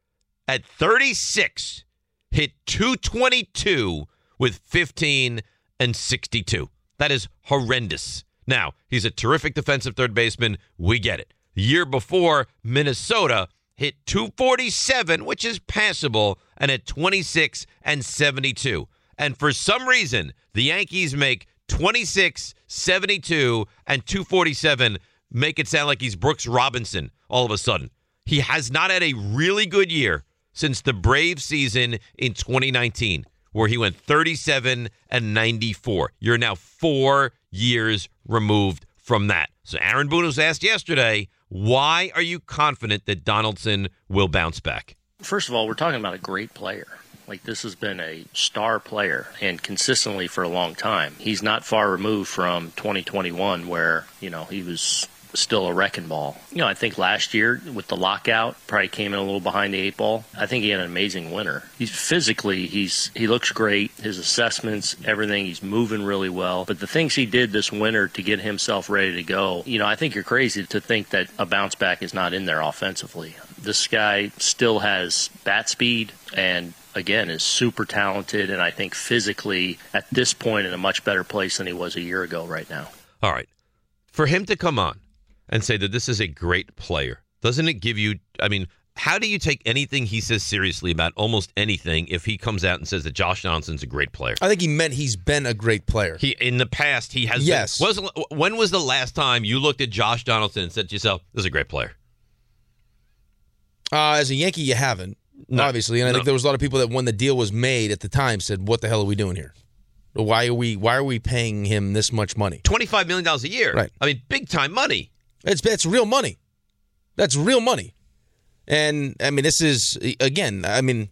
Speaker 2: at 36 hit 222 with 15 and 62. That is horrendous. Now, he's a terrific defensive third baseman. We get it. The year before, Minnesota hit 247, which is passable, and at 26 and 72. And for some reason, the Yankees make 26, 72, and 247 make it sound like he's Brooks Robinson all of a sudden. He has not had a really good year since the Brave season in 2019, where he went 37 and 94. You're now four years removed from that. So Aaron Boone was asked yesterday, why are you confident that Donaldson will bounce back?
Speaker 14: First of all, we're talking about a great player. Like this has been a star player and consistently for a long time. He's not far removed from 2021 where, you know, he was still a wrecking ball. You know, I think last year with the lockout, probably came in a little behind the eight ball. I think he had an amazing winter. He's physically, he's he looks great. His assessments, everything, he's moving really well. But the things he did this winter to get himself ready to go, you know, I think you're crazy to think that a bounce back is not in there offensively. This guy still has bat speed and again is super talented and I think physically at this point in a much better place than he was a year ago right now.
Speaker 2: All right. For him to come on and say that this is a great player, doesn't it give you, I mean, how do you take anything he says seriously about almost anything if he comes out and says that Josh Johnson's a great player?
Speaker 3: I think he meant he's been a great player.
Speaker 2: He in the past he has been-
Speaker 3: Yes.
Speaker 2: was, when was the last time you looked at Josh Donaldson and said to yourself, "This is a great player"?
Speaker 3: Uh, as a Yankee, you haven't obviously, and I
Speaker 2: No.
Speaker 3: think there was a lot of people that when the deal was made at the time said, "What the hell are we doing here? Why are we why are we paying him this much money?
Speaker 2: Twenty-five million dollars a year.
Speaker 3: Right.
Speaker 2: I mean, big time money.
Speaker 3: It's that's real money. That's real money." And I mean, this is again. I mean,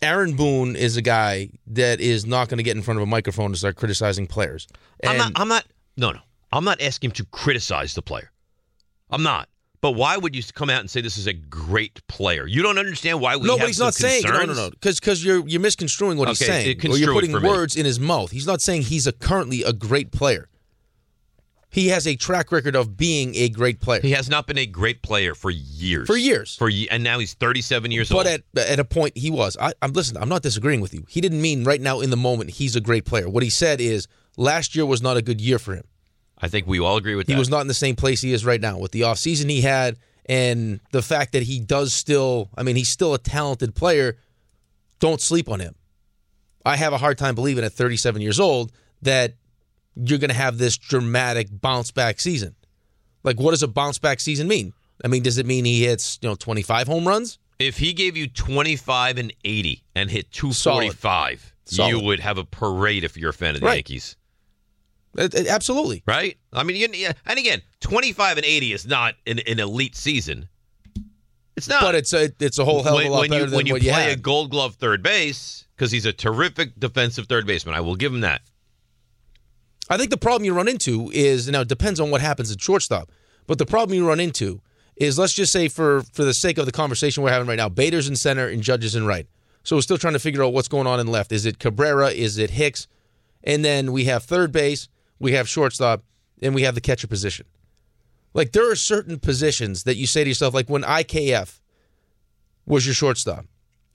Speaker 3: Aaron Boone is a guy that is not going to get in front of a microphone and start criticizing players.
Speaker 2: I'm not. I'm not. No, no. I'm not asking him to criticize the player. I'm not. But why would you come out and say this is a great player? You don't understand why we
Speaker 3: no,
Speaker 2: have
Speaker 3: but he's
Speaker 2: some
Speaker 3: not saying no, no,
Speaker 2: concerns?
Speaker 3: no, because because you're you're misconstruing what he's
Speaker 2: Okay,
Speaker 3: saying,
Speaker 2: uh,
Speaker 3: or you're
Speaker 2: construe it
Speaker 3: putting
Speaker 2: for me.
Speaker 3: words in his mouth. He's not saying he's a currently a great player. He has a track record of being a great player.
Speaker 2: He has not been a great player for years.
Speaker 3: For years.
Speaker 2: For ye- and now he's 37 years old.
Speaker 3: but at at a point he was. I, I'm listen. I'm not disagreeing with you. He didn't mean right now in the moment he's a great player. What he said is last year was not a good year for him.
Speaker 2: I think we all agree with
Speaker 3: he
Speaker 2: that.
Speaker 3: was not in the same place he is right now with the offseason he had and the fact that he does still i mean he's still a talented player don't sleep on him i have a hard time believing at 37 years old that you're going to have this dramatic bounce back season like what does a bounce back season mean i mean does it mean he hits you know 25 home runs
Speaker 2: if he gave you 25 and 80 and hit 245,
Speaker 3: Solid.
Speaker 2: you would have a parade if you're a fan of the
Speaker 3: Right.
Speaker 2: Yankees,
Speaker 3: Uh, uh, absolutely
Speaker 2: right? I mean, you, yeah, and again, 25 and 80 is not an, an elite season. It's not.
Speaker 3: but it's a it's a whole hell of a
Speaker 2: when,
Speaker 3: lot
Speaker 2: when
Speaker 3: better
Speaker 2: you,
Speaker 3: than
Speaker 2: when you
Speaker 3: what
Speaker 2: play
Speaker 3: you had.
Speaker 2: a Gold Glove third base because he's a terrific defensive third baseman. I will give him that.
Speaker 3: I think the problem you run into is now it depends on what happens at shortstop, but the problem you run into is let's just say for for the sake of the conversation we're having right now, Bader's in center and Judges in right. So we're still trying to figure out what's going on in left. Is it Cabrera? Is it Hicks? And then we have third base, we have shortstop, and we have the catcher position. Like there are certain positions that you say to yourself, like when IKF was your shortstop,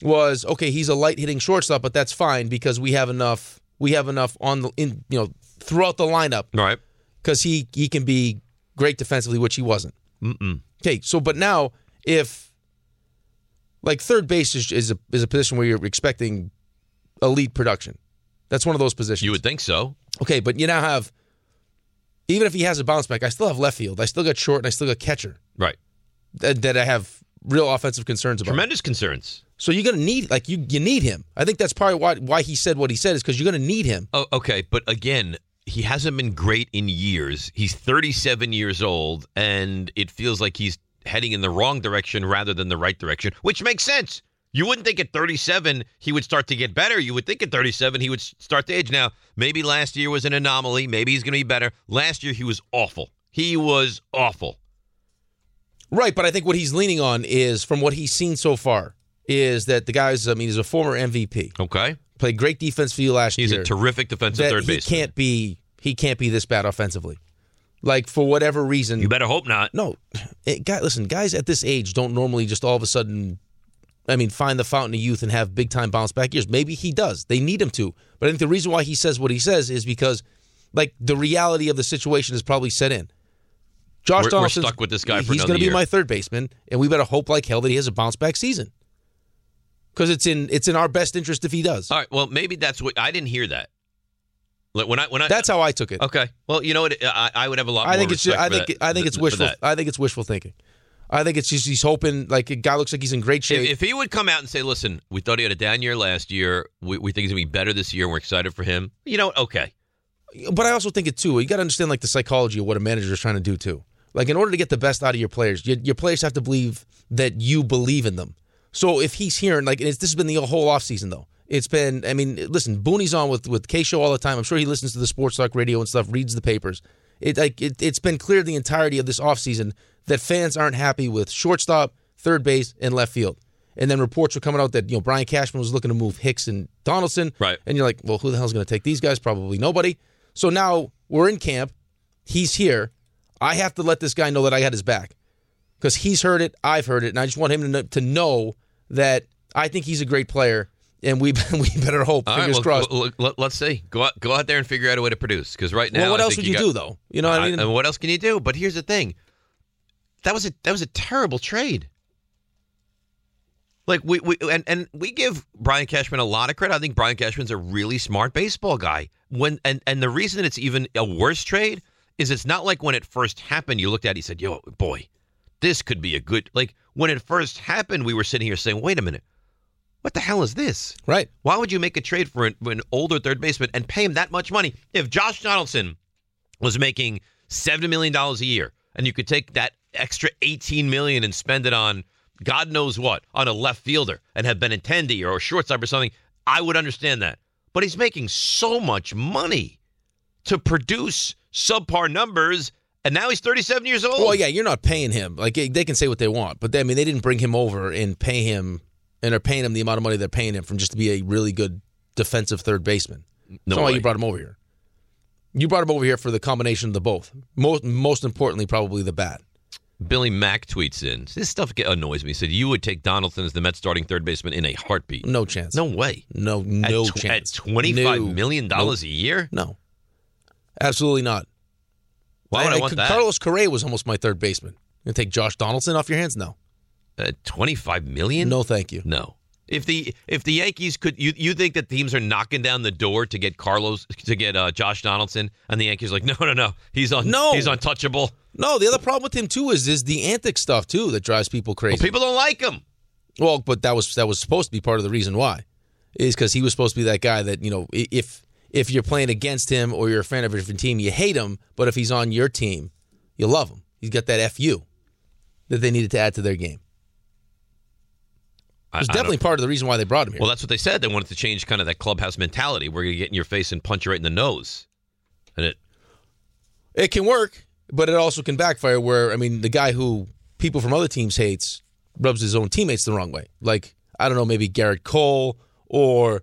Speaker 3: was okay. He's a light hitting shortstop, but that's fine because we have enough. We have enough on the in you know throughout the lineup,
Speaker 2: right?
Speaker 3: Because he he can be great defensively, which he wasn't.
Speaker 2: Mm-mm.
Speaker 3: Okay, so but now if like third base is is a, is a position where you're expecting elite production, that's one of those positions. You would
Speaker 2: think so.
Speaker 3: Okay, but you now have even if he has a bounce back, I still have left field, I still got short, and I still got catcher
Speaker 2: Right.
Speaker 3: that, that I have real offensive concerns about.
Speaker 2: Tremendous concerns.
Speaker 3: So you're gonna need like you you need him. I think that's probably why why he said what he said is because you're gonna need him.
Speaker 2: Oh, okay, but again, he hasn't been great in years. He's 37 years old, and it feels like he's heading in the wrong direction rather than the right direction, which makes sense. You wouldn't think at 37 he would start to get better. You would think at 37 he would s- start to age. Now, maybe last year was an anomaly. Maybe he's going to be better. Last year he was awful. He was awful.
Speaker 3: Right, but I think what he's leaning on is from what he's seen so far is that the guy's I mean he's a former MVP.
Speaker 2: Okay.
Speaker 3: Played great defense for you last
Speaker 2: He's
Speaker 3: year.
Speaker 2: a terrific defensive
Speaker 3: that
Speaker 2: third
Speaker 3: he
Speaker 2: baseman.
Speaker 3: can't be he can't be this bad offensively. Like for whatever reason, you
Speaker 2: better hope not.
Speaker 3: No, it, guy, listen, guys at this age don't normally just all of a sudden, I mean, find the fountain of youth and have big time bounce back years. Maybe he does. They need him to, but I think the reason why he says what he says is because, like, the reality of the situation is probably set in.
Speaker 2: We're-
Speaker 3: Josh
Speaker 2: we're
Speaker 3: Donaldson's-
Speaker 2: stuck with this guy for
Speaker 3: He's
Speaker 2: another
Speaker 3: gonna
Speaker 2: year.
Speaker 3: be my third baseman, and we better hope like hell that he has a bounce back season. Because it's in it's in our best interest if he does.
Speaker 2: All right. Well, maybe that's what I didn't hear that. Like, When I when I
Speaker 3: That's how I took it.
Speaker 2: okay. Well, you know what? I, I would have a lot.
Speaker 3: I
Speaker 2: more
Speaker 3: think it's just,
Speaker 2: respect
Speaker 3: I
Speaker 2: for
Speaker 3: think
Speaker 2: that-
Speaker 3: I think
Speaker 2: th-
Speaker 3: it's
Speaker 2: for
Speaker 3: wishful.
Speaker 2: that.
Speaker 3: I think it's wishful thinking. I think it's just he's hoping like a guy looks like he's in great shape.
Speaker 2: If, if he would come out and say, "Listen, we thought he had a down year last year. We, we think he's gonna be better this year. and We're excited for him." You know, what? okay.
Speaker 3: but I also think it too. You got to understand like the psychology of what a manager is trying to do too. Like in order to get the best out of your players, your, your players have to believe that you believe in them. So if he's hearing like, and it's, this has been the whole offseason though, It's been, I mean, listen, Booney's on with with K Show all the time. I'm sure he listens to the sports talk radio and stuff, reads the papers. It like it, it's been clear the entirety of this offseason that fans aren't happy with shortstop, third base, and left field. And then reports were coming out that you know Brian Cashman was looking to move Hicks and Donaldson. Right. And you're like, well, who the hell's going to take these guys? Probably nobody. So now we're in camp. He's here. I have to let this guy know that I got his back because he's heard it, I've heard it, and I just want him to know, to know that I think he's a great player, and we we better hope.
Speaker 2: All right,
Speaker 3: fingers
Speaker 2: well,
Speaker 3: crossed.
Speaker 2: well, look, let- let's see. Go out, go out there and figure out a way to produce. Because right now,
Speaker 3: Well, what
Speaker 2: I
Speaker 3: else
Speaker 2: think
Speaker 3: would you
Speaker 2: got-
Speaker 3: do, though? You know what I mean?
Speaker 2: And what else can you do? But here's the thing. That was a that was a terrible trade. Like we, we and, and we give Brian Cashman a lot of credit. I think Brian Cashman's a really smart baseball guy. When and, and the reason it's even a worse trade is it's not like when it first happened, you looked at it, you said, Yo, boy, this could be a good like when it first happened, we were sitting here saying, Wait a minute, what the hell is this?
Speaker 3: Right.
Speaker 2: Why would you make a trade for an, an older third baseman and pay him that much money? If Josh Donaldson was making $70 million a year and you could take that extra $18 million and spend it on God knows what, on a left fielder and have Benintendi or a shortstop or something, I would understand that. But he's making so much money to produce subpar numbers, and now he's 37 years old.
Speaker 3: Well, yeah, you're not paying him. Like eh, they can say what they want, but they, I mean, they didn't bring him over and pay him, and are paying him the amount of money they're paying him from just to be a really good defensive third baseman. That's not why
Speaker 2: way.
Speaker 3: you brought him over here. You brought him over here for the combination of the both. Most most importantly, probably the bat.
Speaker 2: Billy Mack tweets in. This stuff get- annoys me. He said you would take Donaldson as the Mets starting third baseman in a heartbeat.
Speaker 3: No chance.
Speaker 2: No way.
Speaker 3: No, no
Speaker 2: at tw-
Speaker 3: chance.
Speaker 2: At twenty five
Speaker 3: No.
Speaker 2: million dollars
Speaker 3: Nope.
Speaker 2: a year.
Speaker 3: No, absolutely not.
Speaker 2: Why would I want that?
Speaker 3: Carlos Correa was almost my third baseman. You take Josh Donaldson off your hands? No.
Speaker 2: Uh, twenty five million?
Speaker 3: No, thank you.
Speaker 2: No. If the if the Yankees could, you you think that teams are knocking down the door to get Carlos to get uh, Josh Donaldson, and the Yankees are like no no no he's on
Speaker 3: No.
Speaker 2: he's untouchable.
Speaker 3: No, the other problem with him too is is the antic stuff too that drives people crazy.
Speaker 2: people don't like him.
Speaker 3: Well, but that was that was supposed to be part of the reason why, is because he was supposed to be that guy that you know i- if if you're playing against him or you're a fan of a different team, you hate him, but if he's on your team, you love him. He's got that fu that they needed to add to their game. It
Speaker 2: I-
Speaker 3: was
Speaker 2: I
Speaker 3: definitely
Speaker 2: don't-
Speaker 3: part of the reason why they brought him here.
Speaker 2: Well, that's what they said. They wanted to change kind of that clubhouse mentality. We're gonna get in your face and punch you right in the nose, and it
Speaker 3: It can work, but it also can backfire. Where I mean, the guy who people from other teams hates rubs his own teammates the wrong way. Like I don't know, maybe Garrett Cole or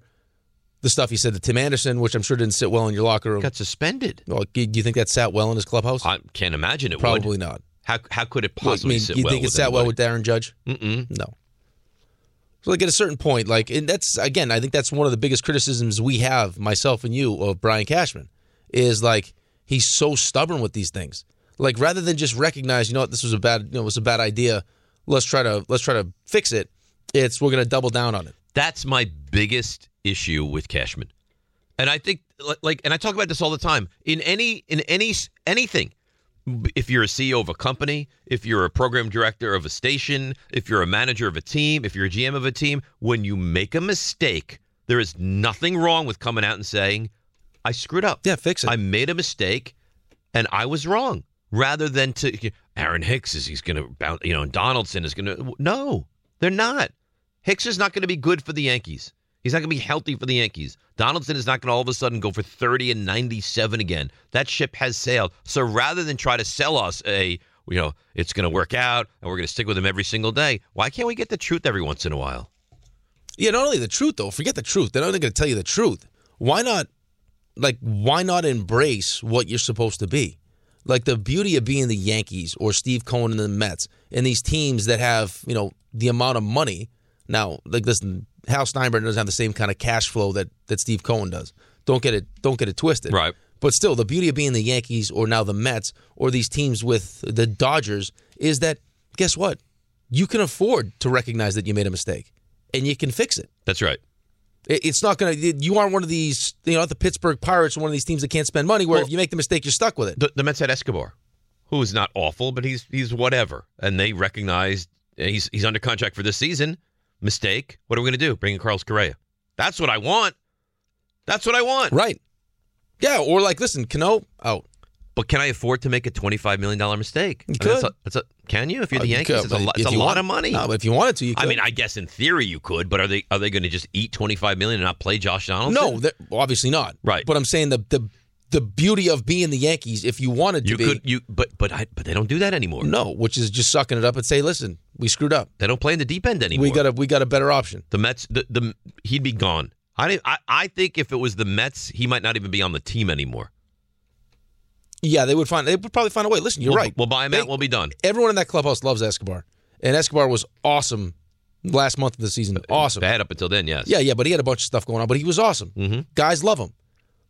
Speaker 3: the stuff he said to Tim Anderson, which I'm sure didn't sit well in your locker room.
Speaker 2: got suspended.
Speaker 3: Well, do you think that sat well in his clubhouse?
Speaker 2: I can't imagine it.
Speaker 3: Probably
Speaker 2: would.
Speaker 3: not.
Speaker 2: How how could it
Speaker 3: Well,
Speaker 2: possibly
Speaker 3: I mean,
Speaker 2: sit
Speaker 3: you
Speaker 2: well
Speaker 3: think it
Speaker 2: with
Speaker 3: sat well
Speaker 2: anybody?
Speaker 3: with Darren Judge?
Speaker 2: Mm-mm.
Speaker 3: No. So, like at a certain point, like and that's again, I think that's one of the biggest criticisms we have, myself and you, of Brian Cashman, is like he's so stubborn with these things. Like rather than just recognize, you know, what this was a bad, you know, it was a bad idea. Let's try to let's try to fix it. It's we're gonna double down on it.
Speaker 2: That's my biggest issue with Cashman, and I think li- like, and I talk about this all the time in any in any s- anything. B- If you're a CEO of a company, if you're a program director of a station, if you're a manager of a team, if you're a GM of a team, when you make a mistake, there is nothing wrong with coming out and saying, "I screwed up.
Speaker 3: Yeah, fix it.
Speaker 2: I made a mistake, and I was wrong." Rather than to Aaron Hicks is he's going to bounce, you know, and Donaldson is going to no, they're not. Hicks is not going to be good for the Yankees. He's not going to be healthy for the Yankees. Donaldson is not going to all of a sudden go for 30 and 97 again. That ship has sailed. So rather than try to sell us a, you know, it's going to work out and we're going to stick with him every single day, why can't we get the truth every once in a while?
Speaker 3: Yeah, not only the truth though. Forget the truth. They're not going to tell you the truth. Why not? Like, why not embrace what you're supposed to be? Like the beauty of being the Yankees or Steve Cohen and the Mets and these teams that have you know the amount of money. Now, like listen, Hal Steinbrenner doesn't have the same kind of cash flow that that Steve Cohen does. Don't get it. Don't get it twisted.
Speaker 2: Right.
Speaker 3: But still, the beauty of being the Yankees or now the Mets or these teams with the Dodgers is that guess what? You can afford to recognize that you made a mistake and you can fix it.
Speaker 2: That's right.
Speaker 3: It- It's not going to, you aren't one of these, you know, the Pittsburgh Pirates, one of these teams that can't spend money where if you make the mistake, you're stuck with it.
Speaker 2: The, the Mets had Escobar, who is not awful, but he's he's whatever. And they recognized he's he's under contract for this season. Mistake. What are we going to do? Bring in Carlos Correa. That's what I want. That's what I want.
Speaker 3: Right. Yeah. Or like, listen, Cano out.
Speaker 2: But can I afford to make a twenty-five million dollar mistake? You
Speaker 3: could.
Speaker 2: That's a, that's a- Can you? If you're
Speaker 3: Uh,
Speaker 2: the
Speaker 3: you
Speaker 2: Yankees,
Speaker 3: could,
Speaker 2: it's a,
Speaker 3: but
Speaker 2: lot,
Speaker 3: if
Speaker 2: it's a
Speaker 3: you
Speaker 2: lot
Speaker 3: want-
Speaker 2: of money.
Speaker 3: no, but if you wanted to, you
Speaker 2: I
Speaker 3: could.
Speaker 2: mean, I guess in theory you could, but are they are they going to just eat 25 million and not play Josh Donaldson?
Speaker 3: No, that, well, obviously not. Right. But I'm saying the the the beauty of being the Yankees, if you wanted to
Speaker 2: You
Speaker 3: be,
Speaker 2: could- you but but I, but they don't do that anymore.
Speaker 3: No, which is just sucking it up and say, listen, we screwed up.
Speaker 2: They don't play in the deep end anymore.
Speaker 3: We got a we got a better option.
Speaker 2: The Mets, the, the he'd be gone. I, didn't- I I think if it was the Mets, he might not even be on the team anymore.
Speaker 3: Yeah, they would find they would probably find a way. Listen, you're
Speaker 2: We'll-
Speaker 3: right.
Speaker 2: We'll buy him out. We'll be done.
Speaker 3: Everyone in that clubhouse loves Escobar, and Escobar was awesome last month of the season. Awesome.
Speaker 2: Bad up until then, yes.
Speaker 3: Yeah, yeah, but he had a bunch of stuff going on, but he was awesome. Guys love him.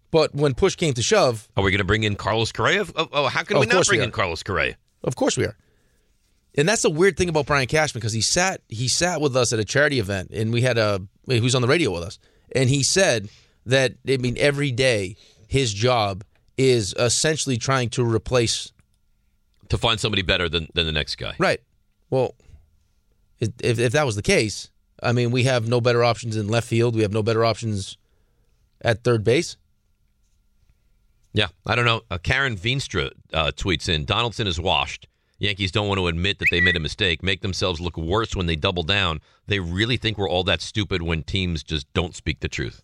Speaker 3: But when push came to shove,
Speaker 2: Are we going to bring in Carlos Correa? Oh, oh, how can
Speaker 3: Of
Speaker 2: we not
Speaker 3: course we
Speaker 2: bring in
Speaker 3: are.
Speaker 2: Carlos Correa?
Speaker 3: Of course we are. And that's the weird thing about Brian Cashman because he sat he sat with us at a charity event and we had a he was on the radio with us and he said that I mean every day his job is essentially trying to replace
Speaker 2: To find somebody better than, than the next guy.
Speaker 3: right. Well, if if that was the case, I mean we have no better options in left field. We have no better options at third base.
Speaker 2: Yeah, I don't know. Uh, Karen Veenstra uh, tweets in: Donaldson is washed. Yankees don't want to admit that they made a mistake, make themselves look worse when they double down. They really think we're all that stupid when teams just don't speak the truth.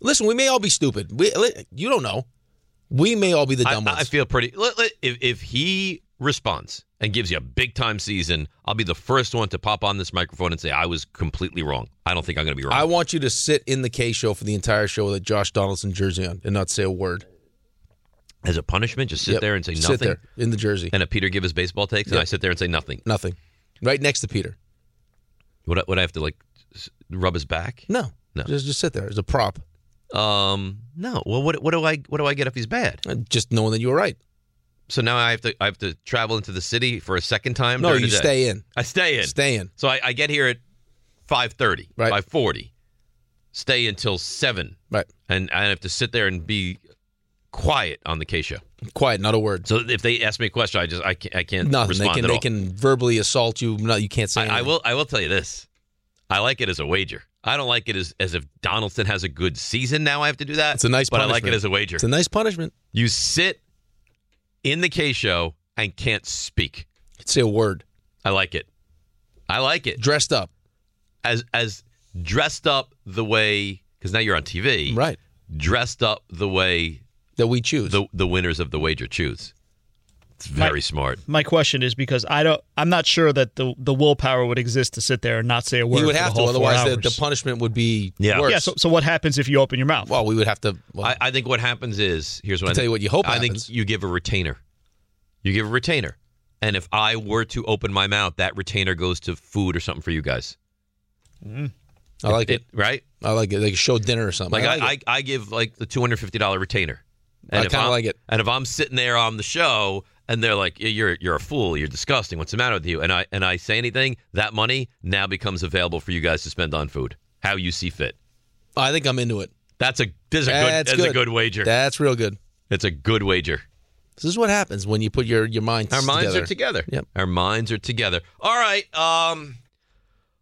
Speaker 3: Listen, we may all be stupid. We li- you don't know. We may all be the dumb
Speaker 2: I,
Speaker 3: ones.
Speaker 2: I feel pretty. Let, let- if, if he responds and gives you a big time season, I'll be the first one to pop on this microphone and say I was completely wrong. I don't think I'm going to be wrong.
Speaker 3: I want you to sit in the K show for the entire show with a Josh Donaldson jersey on and not say a word.
Speaker 2: As a punishment, just sit
Speaker 3: Yep.
Speaker 2: there and say
Speaker 3: Sit
Speaker 2: nothing.
Speaker 3: there in the jersey.
Speaker 2: And if Peter give his baseball takes, and
Speaker 3: Yep.
Speaker 2: I sit there and say nothing.
Speaker 3: Nothing. Right next to Peter.
Speaker 2: Would I, would I have to like s- rub his back?
Speaker 3: No.
Speaker 2: No.
Speaker 3: Just just sit there as a prop.
Speaker 2: Um, no. Well, what what do I what do I get if he's bad?
Speaker 3: Uh, Just knowing that you were right.
Speaker 2: So now I have to I have to travel into the city for a second time.
Speaker 3: No,
Speaker 2: during
Speaker 3: you
Speaker 2: the day.
Speaker 3: stay in.
Speaker 2: I stay in.
Speaker 3: Stay in.
Speaker 2: So I, I get here at five thirty.
Speaker 3: Right.
Speaker 2: Five forty. Stay until seven.
Speaker 3: Right.
Speaker 2: And I have to sit there and be quiet on the K show.
Speaker 3: Quiet, not a word.
Speaker 2: So if they ask me a question, I just I can't I can't
Speaker 3: Nothing. They
Speaker 2: respond
Speaker 3: can
Speaker 2: at
Speaker 3: they
Speaker 2: all.
Speaker 3: can verbally assault you. No, you can't say
Speaker 2: I, I
Speaker 3: anything.
Speaker 2: will. I will tell you this. I like it as a wager. I don't like it as, as if Donaldson has a good season. Now I have to do that.
Speaker 3: It's a nice
Speaker 2: but
Speaker 3: punishment.
Speaker 2: I like it as a wager.
Speaker 3: It's a nice punishment.
Speaker 2: You sit in the K show and can't speak.
Speaker 3: Can't say a word.
Speaker 2: I like it. I like it.
Speaker 3: Dressed up.
Speaker 2: As as dressed up the way because now you're on TV.
Speaker 3: Right.
Speaker 2: Dressed up the way
Speaker 3: that we choose.
Speaker 2: The the winners of the wager choose. It's very smart.
Speaker 4: My question is because I don't. I'm not sure that the the willpower would exist to sit there and not say a word.
Speaker 3: He would
Speaker 4: for
Speaker 3: have
Speaker 4: the
Speaker 3: to,
Speaker 4: whole four
Speaker 3: otherwise the,
Speaker 4: hours.
Speaker 3: the punishment would be
Speaker 2: Yeah.
Speaker 3: worse.
Speaker 4: Yeah. So, so what happens if you open your mouth?
Speaker 3: well, we would have to
Speaker 2: I, I think what happens is here's what
Speaker 3: I'll
Speaker 2: I
Speaker 3: tell you
Speaker 2: think.
Speaker 3: what you hope
Speaker 2: I
Speaker 3: happens.
Speaker 2: think you give a retainer. You give a retainer, and if I were to open my mouth, that retainer goes to food or something for you guys.
Speaker 3: I like it.
Speaker 2: right?
Speaker 3: I like it. Like a show dinner or something.
Speaker 2: Like I,
Speaker 3: Oh, like
Speaker 2: I,
Speaker 3: it.
Speaker 2: I, give like the two hundred fifty dollar retainer.
Speaker 3: I
Speaker 2: if
Speaker 3: kinda
Speaker 2: I'm-
Speaker 3: like it.
Speaker 2: And if I'm sitting there on the show and they're like, "Yeah, "You're you're a fool. You're disgusting. What's the matter with you?" and I and I say anything, that money now becomes available for you guys to spend on food, how you see fit.
Speaker 3: I think I'm into it.
Speaker 2: That's a this is a good
Speaker 3: That's
Speaker 2: that's a
Speaker 3: good.
Speaker 2: good wager.
Speaker 3: That's real good.
Speaker 2: it's a good wager.
Speaker 3: This is what happens when you put your your minds.
Speaker 2: Our minds are together.
Speaker 3: Yep.
Speaker 2: Our minds are together. All right. Um,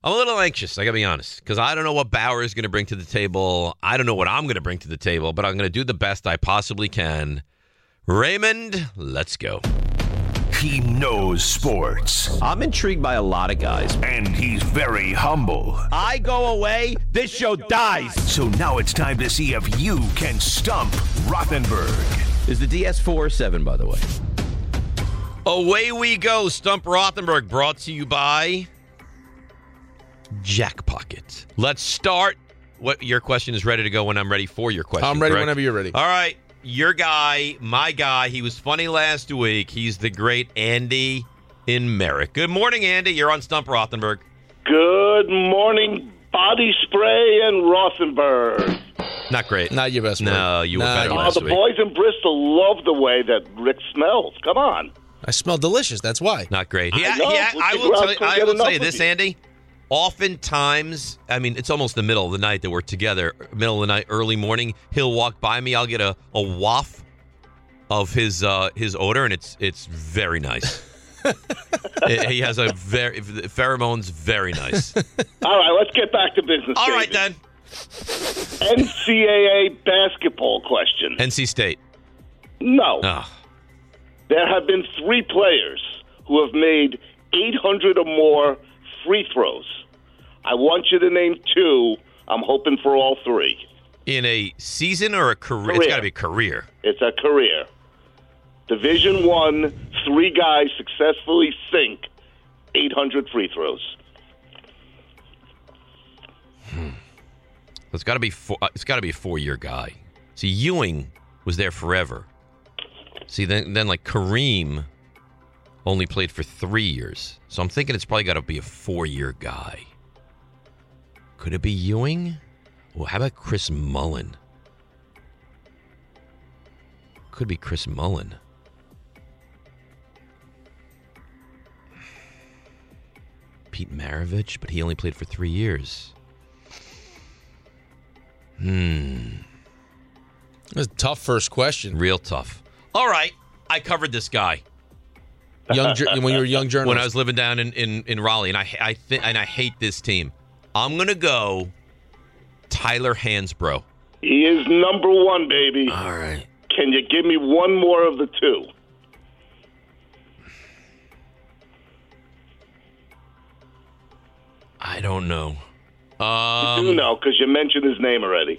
Speaker 2: I'm a little anxious. I got to be honest because I don't know what Bauer is going to bring to the table. I don't know what I'm going to bring to the table, but I'm going to do the best I possibly can. Raymond, let's go.
Speaker 1: He knows sports. I'm intrigued by a lot of guys. And he's very humble.
Speaker 9: I go away, this show dies.
Speaker 1: So now it's time to see if you can stump Rothenberg.
Speaker 9: Is the DS4 or 7, by the way?
Speaker 2: Away we go. Stump Rothenberg brought to you by Jack Pocket. Let's start. What your question is ready to go when I'm ready for your question.
Speaker 3: I'm ready
Speaker 2: correct?
Speaker 3: whenever you're ready.
Speaker 2: All right. Your guy, my guy, he was funny last week. He's the great Andy in Merrick. Good morning, Andy. You're on Stump Rothenberg.
Speaker 15: Good morning, body spray and Rothenberg.
Speaker 2: Not great.
Speaker 3: Not your best.
Speaker 2: No, you were better
Speaker 15: Oh,
Speaker 2: last
Speaker 15: the
Speaker 2: week.
Speaker 15: boys in Bristol love the way that Rick smells. Come on.
Speaker 3: I smell delicious. That's why.
Speaker 2: Not great. Yeah,
Speaker 15: know,
Speaker 2: yeah.
Speaker 15: we
Speaker 2: I
Speaker 15: can
Speaker 2: will tell
Speaker 15: go out
Speaker 2: you,
Speaker 15: and
Speaker 2: I
Speaker 15: get
Speaker 2: will tell
Speaker 15: enough
Speaker 2: you
Speaker 15: of
Speaker 2: this,
Speaker 15: you.
Speaker 2: Andy. Oftentimes, I mean, it's almost the middle of the night that we're together, middle of the night, early morning. He'll walk by me. I'll get a, a waft of his uh, his odor, and it's it's very nice. He- he has a very pheromones, very nice.
Speaker 15: All right, let's get back to business.
Speaker 2: All right then.
Speaker 15: NCAA basketball question.
Speaker 2: NC State.
Speaker 15: No,
Speaker 2: Ah,
Speaker 15: there have been three players who have made 800 or more free throws. I want you to name two. I'm hoping for all three.
Speaker 2: in a season or a career? It's
Speaker 15: Career.
Speaker 2: got to be career.
Speaker 15: It's a career. Division one, three guys successfully sink 800 free throws.
Speaker 2: It's got to be four, uh, it's got to be a four year guy. See, Ewing was there forever. See, then then like Kareem only played for three years, so I'm thinking it's probably got to be a four year guy. Could it be Ewing? Well, how about Chris Mullen? Could be Chris Mullen. Pete Maravich, but he only played for three years. Hmm.
Speaker 3: That's a tough first question.
Speaker 2: Real tough. All right, I covered this guy.
Speaker 3: Young jour- when you were a young journalist.
Speaker 2: When I was living down in, in, in Raleigh, and I I thi- and I hate this team. I'm gonna go Tyler Hansbro.
Speaker 15: He is number one, baby.
Speaker 2: All right.
Speaker 15: Can you give me one more of the two?
Speaker 2: I don't know.
Speaker 15: you do
Speaker 2: Um,
Speaker 15: know because you mentioned his name already.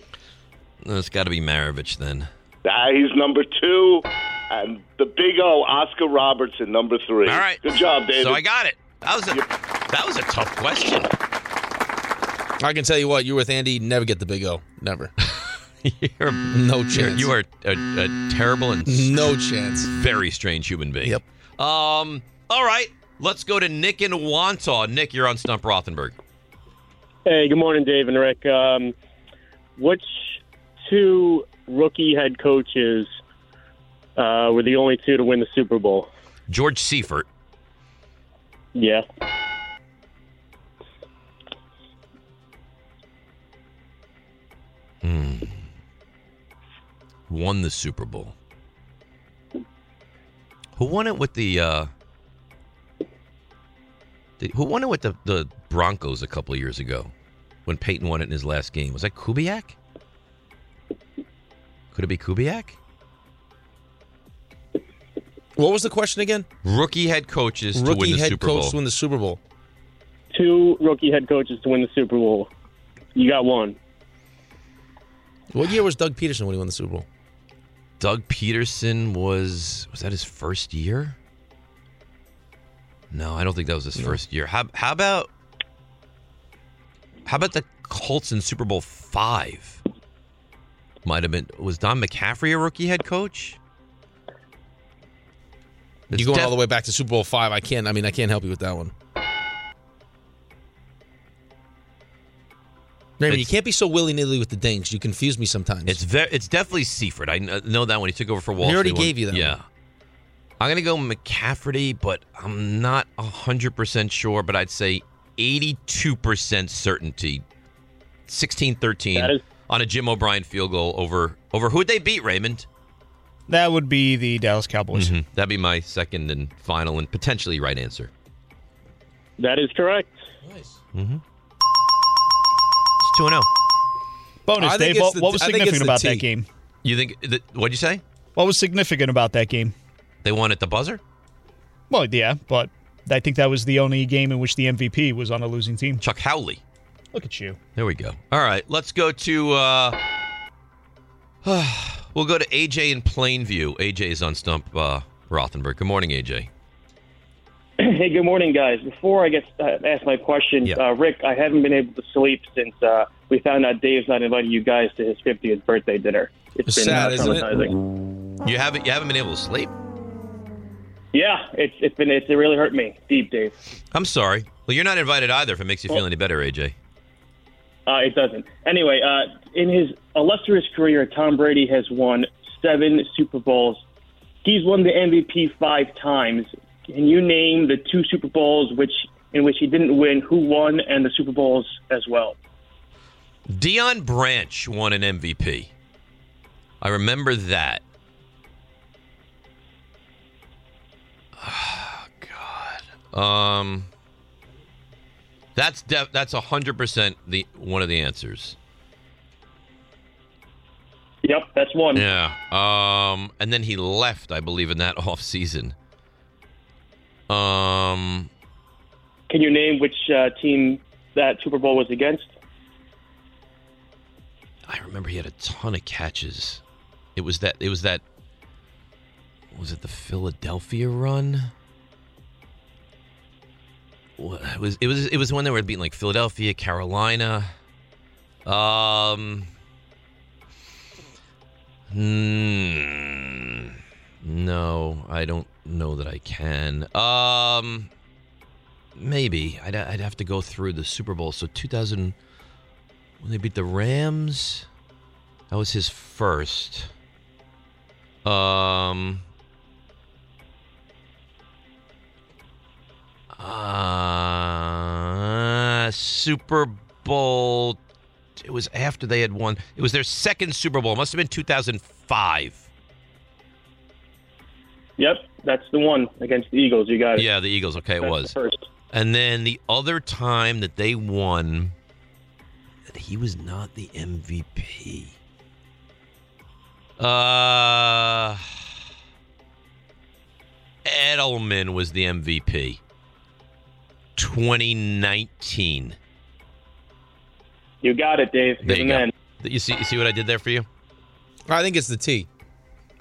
Speaker 2: it's got to be Maravich then.
Speaker 15: Ah, he's number two, and the big O, Oscar Robertson, number three. All right, good job, David.
Speaker 2: So I got it. That was a that was a tough question.
Speaker 3: I can tell you what, you with Andy you never get the big O. Never.
Speaker 2: You're
Speaker 3: no chance.
Speaker 2: You are a, a terrible and
Speaker 3: no chance.
Speaker 2: Very strange human being. Yep. Um. All right. Let's go to Nick in Wantaw. Nick, you're on Stump Rothenberg.
Speaker 16: Hey, good morning, Dave and Rick. Um, which two rookie head coaches uh, were the only two to win the Super Bowl?
Speaker 2: George Seifert.
Speaker 16: Yeah.
Speaker 2: Hmm. won the Super Bowl. Who won it with the? uh the, Who won it with the the Broncos a couple of years ago, when Peyton won it in his last game? Was that Kubiak? Could it be Kubiak?
Speaker 3: What was the question again?
Speaker 2: Rookie head coaches to win
Speaker 3: Rookie
Speaker 2: the
Speaker 3: head
Speaker 2: Super
Speaker 3: coach
Speaker 2: Bowl.
Speaker 3: to win the Super Bowl.
Speaker 16: Two rookie head coaches to win the Super Bowl. You got one.
Speaker 3: What year was Doug Peterson when he won the Super Bowl?
Speaker 2: Doug Peterson was was that his first year? No, I don't think that was his first year. How how about how about the Colts in Super Bowl five? Might have been was Don McCaffrey a rookie head coach?
Speaker 3: you going all the way back to Super Bowl five. I can't. I mean, I can't help you with that one. Raymond, you can't be so willy nilly with the dings. You confuse me sometimes.
Speaker 2: It's very it's definitely Seifert. I kn- uh, know that one. He took over for Wall
Speaker 3: He already
Speaker 2: Street one.
Speaker 3: gave you that
Speaker 2: Yeah. I'm gonna go McCafferty, but I'm not hundred percent sure. But I'd say eighty-two percent certainty. 16-13
Speaker 4: That is-
Speaker 2: on a Jim O'Brien field goal over over who'd they beat, Raymond?
Speaker 4: That would be the Dallas Cowboys.
Speaker 2: Mhm. That'd be my second and final and potentially right answer.
Speaker 16: That is correct.
Speaker 2: Mm-hmm. It's two and oh. zero.
Speaker 4: Bonus, Dave. What, what was significant about that game?
Speaker 2: You think? The, what'd you say?
Speaker 4: What was significant about that game?
Speaker 2: They won at the buzzer.
Speaker 4: Well, yeah, but I think that was the only game in which the MVP was on a losing team.
Speaker 2: Chuck Howley.
Speaker 4: Look at you.
Speaker 2: There we go. All right, let's go to. Uh, we'll go to AJ in Plainview. AJ is on Stump uh, Rothenberg. Good morning, AJ.
Speaker 17: Hey, good morning, guys. Before I get uh, ask my question, uh, Rick, I haven't been able to sleep since uh, we found out Dave's not inviting you guys to his 50th birthday dinner. It's been uh, traumatizing.
Speaker 2: You haven't you haven't been able to sleep.
Speaker 17: Yeah, it's it's been it's, it really hurt me deep, Dave.
Speaker 2: I'm sorry. Well, you're not invited either. If it makes you feel any better, AJ.
Speaker 17: Uh, it doesn't. Anyway, uh, in his illustrious career, Tom Brady has won seven Super Bowls. He's won the MVP five times. Can you name the two Super Bowls which in which he didn't win, who won, and the Super Bowls as well?
Speaker 2: Dion Branch won an MVP. I remember that. Oh God. Um. That's def- that's hundred percent the one of the answers.
Speaker 17: Yep, that's one.
Speaker 2: Yeah. Um. And then he left, I believe, in that off season. Um,
Speaker 16: Can you name which uh, team that Super Bowl was against?
Speaker 2: I remember he had a ton of catches. It was that. It was that. Was it the Philadelphia run? What, it was it was it was when they were beating like Philadelphia, Carolina. Um. hmm, no, I don't know that I can. Um. Maybe I'd I'd have to go through the Super Bowl. So 2000- when they beat the Rams, that was his first. Um. Uh, Super Bowl. It was after they had won. It was their second Super Bowl. It must have been 2005.
Speaker 16: Yep, that's the one against the Eagles. You got it.
Speaker 2: Yeah, the Eagles. Okay, it
Speaker 16: That's
Speaker 2: was.
Speaker 16: the first.
Speaker 2: And then the other time that they won, he was not the MVP. Uh, Edelman was the MVP. 2019.
Speaker 16: You got it, Dave.
Speaker 2: There you go. You see, you see what I did there for you?
Speaker 3: I think it's the tea.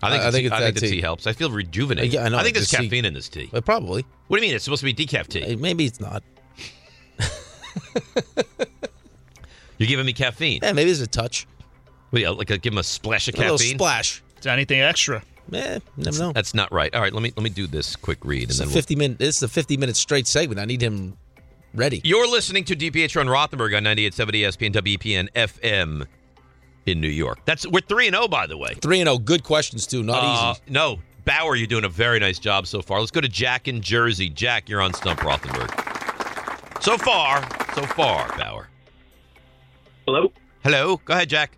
Speaker 2: I think,
Speaker 3: I, I think
Speaker 2: the,
Speaker 3: it's
Speaker 2: tea, I
Speaker 3: that
Speaker 2: think the
Speaker 3: tea.
Speaker 2: tea helps. I feel rejuvenated.
Speaker 3: Yeah, I know,
Speaker 2: think there's
Speaker 3: the tea.
Speaker 2: caffeine in this tea.
Speaker 3: But probably.
Speaker 2: What do you mean? It's supposed to be decaf tea.
Speaker 3: Maybe it's not.
Speaker 2: You're giving me caffeine.
Speaker 3: Yeah, maybe it's a touch.
Speaker 2: Well, yeah, like uh, give him a splash of
Speaker 3: A
Speaker 2: caffeine.
Speaker 3: little splash.
Speaker 4: Is anything extra?
Speaker 3: Yeah, never
Speaker 2: That's,
Speaker 3: know.
Speaker 2: that's not right. All right, let me let me do this quick read and
Speaker 3: It's a
Speaker 2: then we'll
Speaker 3: 50 minute. This is a 50 minute straight segment. I need him ready.
Speaker 2: You're listening to DPH on Rothenberg on 98.70 ESPN WPN FM in New York. That's we're three and zero by the way.
Speaker 3: Three and oh, good questions too. Not
Speaker 2: Uh,
Speaker 3: easy.
Speaker 2: no, Bauer, you're doing a very nice job so far. Let's go to Jack in Jersey. Jack, you're on Stump Rothenberg. So far, so far, Bauer.
Speaker 18: Hello.
Speaker 2: Hello. Go ahead, Jack.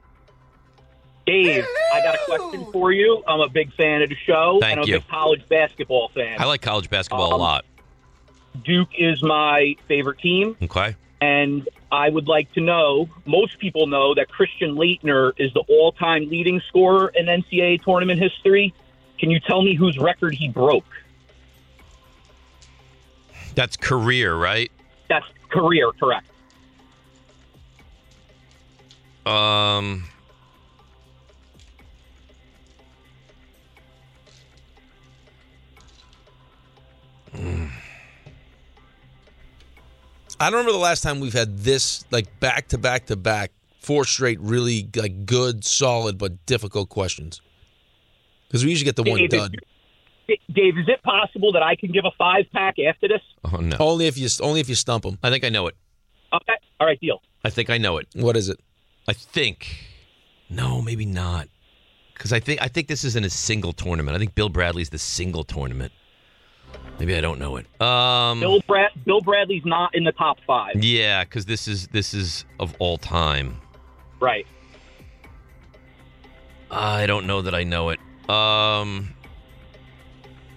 Speaker 18: Dave, I got a question for you. I'm a big fan of the show,
Speaker 2: Thank
Speaker 18: and I'm
Speaker 2: you.
Speaker 18: a big college basketball fan.
Speaker 2: I like college basketball a
Speaker 18: Um,
Speaker 2: lot.
Speaker 18: Duke is my favorite team,
Speaker 2: Okay.
Speaker 18: and I would like to know. Most people know that Christian Leitner is the all-time leading scorer in NCAA tournament history. Can you tell me whose record he broke?
Speaker 2: That's career, right?
Speaker 18: That's career, correct?
Speaker 2: Um.
Speaker 3: I don't remember the last time we've had this like back to back to back four straight really like good, solid but difficult questions. Because we usually get the one
Speaker 18: David.
Speaker 3: done.
Speaker 18: D- Dave, is it possible that I can give a five-pack after this?
Speaker 2: Oh no.
Speaker 3: Only if you only if you stump them.
Speaker 2: I think I know it.
Speaker 18: Okay. All right, deal.
Speaker 2: I think I know it.
Speaker 3: What is it?
Speaker 2: I think. No, maybe not. Because I think I think this isn't a single tournament. I think Bill Bradley's the single tournament. Maybe I don't know it. Um,
Speaker 18: Bill, Brad- Bill Bradley's not in the top five,
Speaker 2: yeah, because this is this is of all time.
Speaker 18: right?
Speaker 2: I don't know that I know it. Um,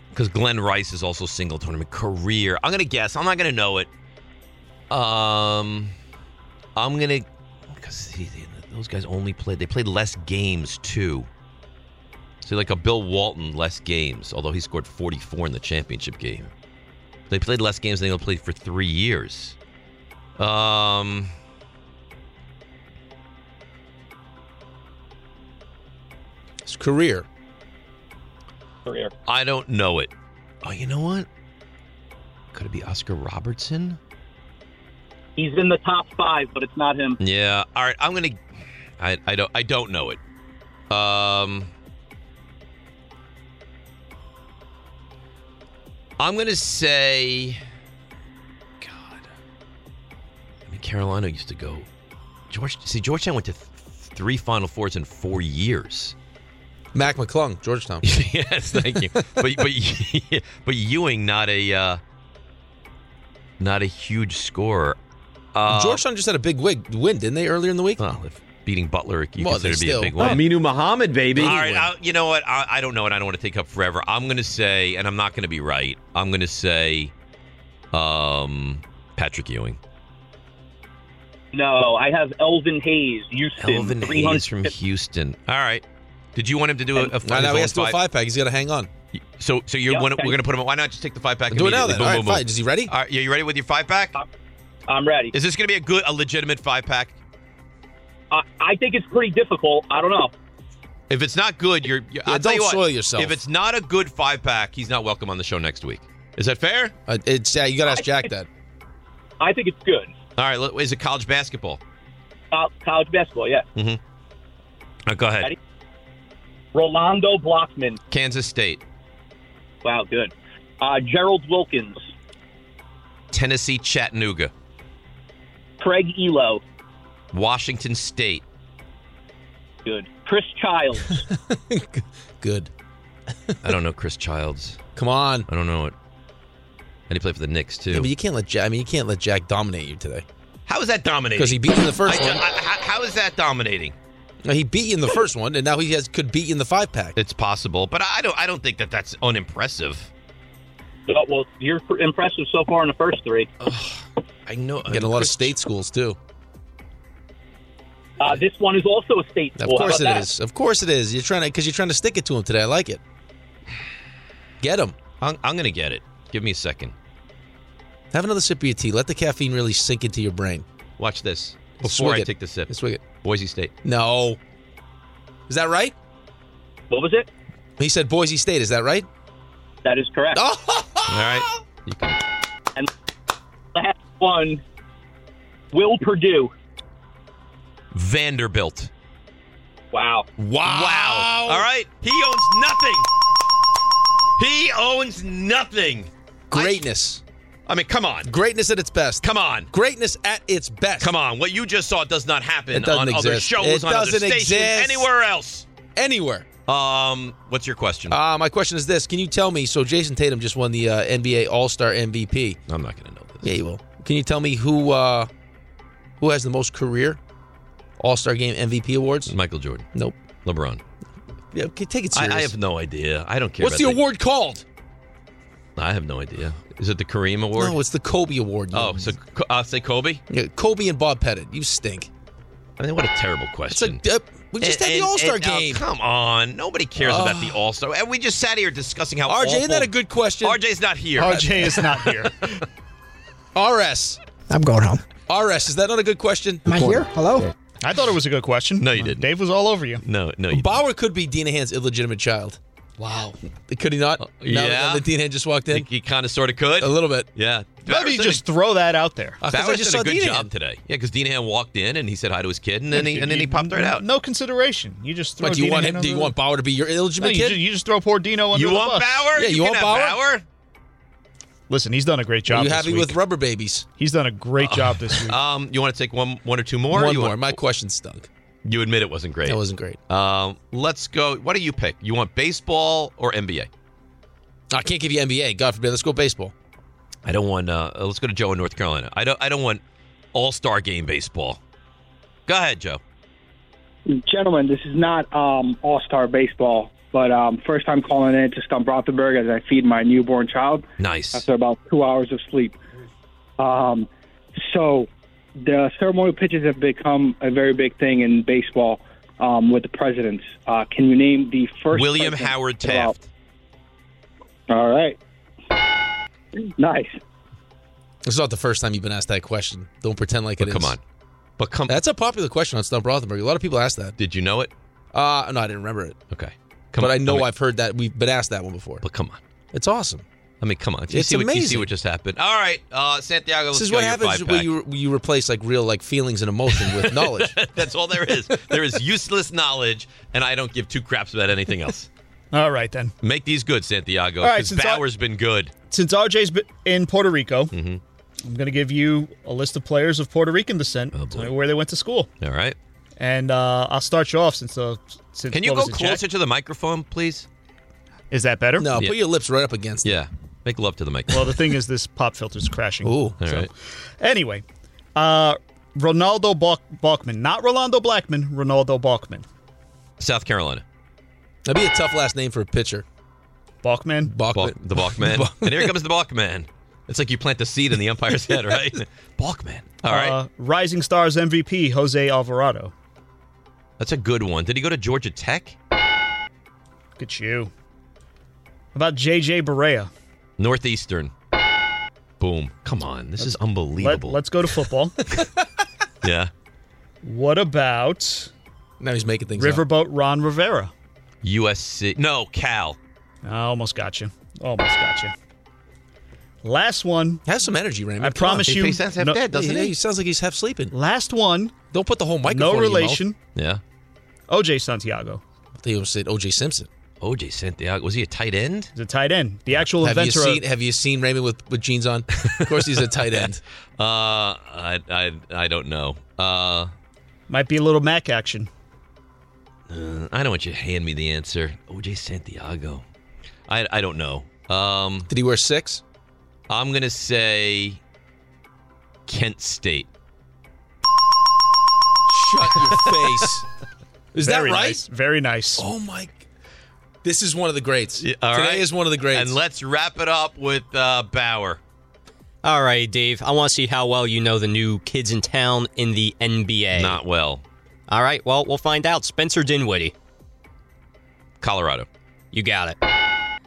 Speaker 2: because Glenn Rice is also single tournament career. I'm gonna guess. I'm not gonna know it. Um, I'm gonna because those guys only played. They played less games too. So like a Bill Walton, less games. Although he scored 44 in the championship game, they played less games than they played for three years. Um.
Speaker 3: It's career.
Speaker 18: Career.
Speaker 2: I don't know it. Oh, you know what? Could it be Oscar Robertson?
Speaker 18: He's in the top five, but it's not him.
Speaker 2: Yeah. All right. I'm gonna. I I don't I don't know it. Um. I'm gonna say. God. I mean, Carolina used to go. George. See, Georgetown went to th- three Final Fours in four years.
Speaker 3: Mac McClung, Georgetown.
Speaker 2: yes, thank you. But but but Ewing not a uh, not a huge scorer. Uh,
Speaker 3: Georgetown just had a big wig, win, didn't they, earlier in the week?
Speaker 2: Well, if beating Butler, you
Speaker 3: Well,
Speaker 2: consider
Speaker 3: they
Speaker 2: to be a
Speaker 3: still-
Speaker 2: big
Speaker 3: Oh,
Speaker 2: win.
Speaker 3: Aminu Muhammad, baby.
Speaker 2: All
Speaker 3: Big
Speaker 2: right,
Speaker 3: win.
Speaker 2: I, you know what? I, I don't know, and I don't want to take up forever. I'm going to say, and I'm not going to be right. I'm going to say, um, Patrick Ewing.
Speaker 18: No, I have Elvin Hayes, Houston.
Speaker 2: Elvin
Speaker 18: 300
Speaker 2: Hayes from Houston. All right. Did you want him to do a, a,
Speaker 3: Now,
Speaker 2: his
Speaker 3: now he
Speaker 2: own
Speaker 3: has to do a
Speaker 2: five-
Speaker 3: five pack. He's got to hang on.
Speaker 2: So, so you're
Speaker 18: Yeah,
Speaker 2: wanna,
Speaker 18: okay.
Speaker 2: we're gonna put him. on- Why not just take the five pack?
Speaker 3: Do it now
Speaker 2: immediately?
Speaker 3: then.
Speaker 2: Boom,
Speaker 3: All right,
Speaker 2: boom, boom.
Speaker 3: fine. Is he ready?
Speaker 2: All right, yeah, you ready with your five pack?
Speaker 18: Uh, I'm ready.
Speaker 2: Is this gonna be a good, a legitimate five pack?
Speaker 18: I, I think it's pretty difficult. I don't know.
Speaker 2: If it's not good, you're. you're I'll
Speaker 18: Yeah,
Speaker 2: tell you
Speaker 18: don't
Speaker 2: what,
Speaker 18: soil yourself.
Speaker 2: If it's not a good five pack, he's not welcome on the show next week. Is that fair?
Speaker 3: Uh, it's yeah. You gotta ask Jack that.
Speaker 18: I think it's good.
Speaker 2: All right. let- Is it college basketball?
Speaker 18: Col- college basketball, yeah.
Speaker 2: Mm-hmm. go ahead.
Speaker 18: Rolando Blockman.
Speaker 2: Kansas State.
Speaker 18: Wow, good. Uh, Gerald Wilkins.
Speaker 2: Tennessee Chattanooga.
Speaker 18: Craig Elo.
Speaker 2: Washington State.
Speaker 18: Good. Chris Childs.
Speaker 3: Good.
Speaker 2: I don't know Chris Childs.
Speaker 3: Come on.
Speaker 2: I don't know it. And he played for the Knicks too.
Speaker 3: Yeah, but you can't let Jack. I mean, you can't let Jack dominate you today.
Speaker 2: How is that dominating?
Speaker 3: 'Cause he beat you in the first
Speaker 2: I-
Speaker 3: one.
Speaker 2: I- how- how is that dominating?
Speaker 3: Now, he beat you in the first one, and now he has could beat you in the five pack.
Speaker 2: It's possible, but I don't. I don't think that that's unimpressive.
Speaker 18: Oh, well, you're pr- impressive so far in the first three.
Speaker 2: I know. uh,
Speaker 3: Getting a lot of state schools too.
Speaker 18: Uh, this one is also a state
Speaker 3: Of
Speaker 18: school. How
Speaker 3: course
Speaker 18: about
Speaker 3: it
Speaker 18: that?
Speaker 3: is. Of course it is. You're trying to because you're trying to stick it to him today. I like it. Get him.
Speaker 2: I'm, I'm gonna get it. Give me a second.
Speaker 3: Have another sip of your tea. Let the caffeine really sink into your brain.
Speaker 2: Watch this
Speaker 3: Oh, Swig
Speaker 2: before I
Speaker 3: it.
Speaker 2: take the sip.
Speaker 3: Swig it.
Speaker 2: Boise State.
Speaker 3: No. Is that right?
Speaker 18: What was it?
Speaker 3: He said Boise State. Is that right? Oh!
Speaker 18: That is correct.
Speaker 2: All right.
Speaker 18: Last one. Will Purdue.
Speaker 2: Vanderbilt.
Speaker 18: Wow.
Speaker 2: Wow. Wow. All right. He owns nothing. He owns nothing.
Speaker 3: Greatness.
Speaker 2: I, mean, come on.
Speaker 3: Greatness at its best.
Speaker 2: Come on.
Speaker 3: Greatness at its best.
Speaker 2: Come on. What you just saw does not happen
Speaker 3: It doesn't
Speaker 2: on other
Speaker 3: exist.
Speaker 2: shows,
Speaker 3: It
Speaker 2: on other
Speaker 3: doesn't
Speaker 2: stations,
Speaker 3: exist.
Speaker 2: anywhere else.
Speaker 3: Anywhere.
Speaker 2: Um, what's your question?
Speaker 3: Uh, my question is this: Can you tell me? So Jason Tatum just won the uh, NBA All Star MVP.
Speaker 2: I'm not going to know this.
Speaker 3: Yeah, you will. Can you tell me who uh, who has the most career All Star Game MVP awards?
Speaker 2: Michael Jordan.
Speaker 3: Nope.
Speaker 2: LeBron.
Speaker 3: Yeah, okay, take it
Speaker 2: I,
Speaker 3: serious.
Speaker 2: I have no idea. I don't care.
Speaker 3: What's the
Speaker 2: about
Speaker 3: award called?
Speaker 2: that. I have no idea. Is it the Kareem Award?
Speaker 3: No, it's the Kobe Award.
Speaker 2: Oh, so Ko- I'll say Kobe.
Speaker 3: Yeah, Kobe and Bob Pettit. You stink.
Speaker 2: I mean, what a terrible question.
Speaker 3: It's a, uh, we just had the All Star
Speaker 2: and, uh,
Speaker 3: Game.
Speaker 2: come on, nobody cares
Speaker 3: Ugh.
Speaker 2: about the All Star. And we just sat here discussing how
Speaker 3: RJ, isn't
Speaker 2: awful-
Speaker 3: that a good question?
Speaker 2: RJ's not here.
Speaker 4: RJ is not here.
Speaker 3: RS.
Speaker 6: I'm going home.
Speaker 3: RS, is that not a good question?
Speaker 6: Am I here? Hello?
Speaker 4: I thought it was a good question. No, you didn't. Dave was all over you.
Speaker 2: No, no.
Speaker 3: Bauer could be Dina Hand's illegitimate child. Wow. Could he not? Now
Speaker 2: Uh, yeah.
Speaker 3: that Dina Hand just walked in?
Speaker 2: He kind of, sort of could.
Speaker 3: A little bit.
Speaker 2: Yeah.
Speaker 4: Let me just throw that out there.
Speaker 2: That was just a good job today. Yeah, because Dean walked in and he said hi to his kid, and then he and then he popped right out.
Speaker 4: No consideration. You just throw
Speaker 3: What, do you
Speaker 4: Dino
Speaker 3: want
Speaker 4: Hand
Speaker 3: him?
Speaker 4: on
Speaker 3: Do you
Speaker 4: the-
Speaker 3: want Bauer to be your
Speaker 4: No,
Speaker 3: illegitimate
Speaker 4: you,
Speaker 3: kid?
Speaker 4: just, you just throw poor Dino under
Speaker 2: You
Speaker 4: the
Speaker 2: want
Speaker 4: bus.
Speaker 2: Bauer?
Speaker 3: Yeah, you
Speaker 2: can
Speaker 3: want
Speaker 2: have
Speaker 3: Bauer?
Speaker 4: Listen, he's done a great
Speaker 3: Are
Speaker 4: job.
Speaker 3: you
Speaker 4: this
Speaker 3: happy
Speaker 4: week.
Speaker 3: with rubber babies?
Speaker 4: He's done a great job this week.
Speaker 2: Um, you want to take one one or two more? or
Speaker 3: One
Speaker 2: you
Speaker 3: more.
Speaker 2: Want,
Speaker 3: My question stunk.
Speaker 2: you admit it wasn't great.
Speaker 3: That wasn't great.
Speaker 2: Um, let's go. What do you pick? You want baseball or NBA?
Speaker 3: I can't give you NBA. God forbid. Let's go baseball.
Speaker 2: I don't want. Uh, let's go to Joe in North Carolina. I don't. I don't want All Star Game baseball. Go ahead, Joe.
Speaker 19: Gentlemen, this is not um, All Star Baseball, but um, first time calling in to Stump Rothenberg as I feed my newborn child.
Speaker 2: Nice.
Speaker 19: After about two hours of sleep. Um, so the ceremonial pitches have become a very big thing in baseball um, with the presidents. Uh, can you name the first
Speaker 2: William
Speaker 19: president
Speaker 2: Howard
Speaker 19: to fill out-
Speaker 2: Taft.
Speaker 19: All right. Nice.
Speaker 3: It's not the first time you've been asked that question. Don't pretend like it is.
Speaker 2: Come on. But come.
Speaker 3: That's a popular question on Stump Rothenberg. A lot of people ask that.
Speaker 2: Did you know it?
Speaker 3: Uh, no, I didn't remember it.
Speaker 2: Okay. Come
Speaker 3: but
Speaker 2: on,
Speaker 3: I know
Speaker 2: I mean-
Speaker 3: I've heard that. We've been asked that one before.
Speaker 2: But come on.
Speaker 3: It's awesome.
Speaker 2: I mean, come on. You
Speaker 3: It's
Speaker 2: see What, you see
Speaker 3: amazing.
Speaker 2: what just happened. All right, uh, Santiago. Let's
Speaker 3: This is
Speaker 2: go
Speaker 3: what
Speaker 2: your
Speaker 3: happens
Speaker 2: five
Speaker 3: when
Speaker 2: pack.
Speaker 3: you when you replace like real like feelings and emotion with knowledge.
Speaker 2: That's all there is. There is useless knowledge, and I don't give two craps about anything else.
Speaker 4: All right then.
Speaker 2: Make these good, Santiago.
Speaker 4: All right,
Speaker 2: Because
Speaker 4: since I-
Speaker 2: Bauer's been good.
Speaker 4: Since RJ's been in Puerto Rico,
Speaker 3: Mm-hmm.
Speaker 4: I'm going to give you a list of players of Puerto Rican descent,
Speaker 3: Oh,
Speaker 4: tell me where they went to school,
Speaker 2: All right.
Speaker 4: and uh, I'll start you off since uh, since
Speaker 2: Can you
Speaker 4: what
Speaker 2: go
Speaker 4: was it, Jack?
Speaker 2: closer to the microphone, please?
Speaker 4: Is that better?
Speaker 3: No,
Speaker 2: Yeah.
Speaker 3: put your lips right up against.
Speaker 2: Yeah. Make love to the microphone.
Speaker 4: Well, the thing is, this pop filter's crashing.
Speaker 3: Ooh.
Speaker 2: All right.
Speaker 4: Anyway, uh, Ronaldo Balk- Balkman, not Rolando Blackman, Ronaldo Balkman.
Speaker 2: South Carolina.
Speaker 3: That'd be a tough last name for a pitcher.
Speaker 4: Balkman.
Speaker 3: Balkman.
Speaker 2: Balk, the Balkman.
Speaker 3: Balk-
Speaker 2: and here comes the Balkman. It's like you plant the seed in the umpire's head, right? Balkman. All right.
Speaker 4: Uh, Rising Stars MVP Jose Alvarado.
Speaker 2: That's a good one. Did he go to Georgia Tech?
Speaker 4: Look at you. About JJ Barea.
Speaker 2: Northeastern. Boom. Come on. This is unbelievable.
Speaker 4: Let, us go to football.
Speaker 2: yeah.
Speaker 4: what about?
Speaker 3: Now he's making things.
Speaker 2: up.
Speaker 4: Riverboat Ron Rivera.
Speaker 2: USC. No, Cal.
Speaker 4: I almost got you. Almost got you. Last one.
Speaker 3: Has some energy, Raymond.
Speaker 4: I
Speaker 3: Come on.
Speaker 4: promise
Speaker 3: He-
Speaker 4: you.
Speaker 3: he sounds half dead, doesn't he? He sounds like he's half sleeping.
Speaker 4: Last one.
Speaker 3: Don't put the whole
Speaker 4: No
Speaker 3: microphone in your
Speaker 4: relation.
Speaker 2: Yeah.
Speaker 4: OJ Santiago.
Speaker 3: They said OJ Simpson.
Speaker 2: OJ Santiago. Was he a tight end?
Speaker 4: He's a tight end. The actual
Speaker 3: Have you
Speaker 4: inventor.
Speaker 3: seen
Speaker 4: of,
Speaker 3: Have you seen Raymond with, with jeans on? Of course, he's a tight end.
Speaker 2: Uh, I, I, I don't know. Uh,
Speaker 4: might be a little Mac action.
Speaker 2: uh, I don't want you to hand me the answer. OJ Santiago. I, I don't know. Um,
Speaker 3: Did he wear six?
Speaker 2: I'm gonna say Kent State.
Speaker 3: Shut your face. Is that
Speaker 4: Very
Speaker 3: right?
Speaker 4: nice. Very nice.
Speaker 3: Oh my! This is one of the greats.
Speaker 2: All
Speaker 3: Today
Speaker 2: right?
Speaker 3: is one of the greats.
Speaker 2: And let's wrap it up with uh, Bauer.
Speaker 12: All right, Dave. I want to see how well you know the new kids in town in the NBA.
Speaker 2: Not well.
Speaker 12: All right. Well, we'll find out. Spencer Dinwiddie,
Speaker 2: Colorado.
Speaker 12: You got it.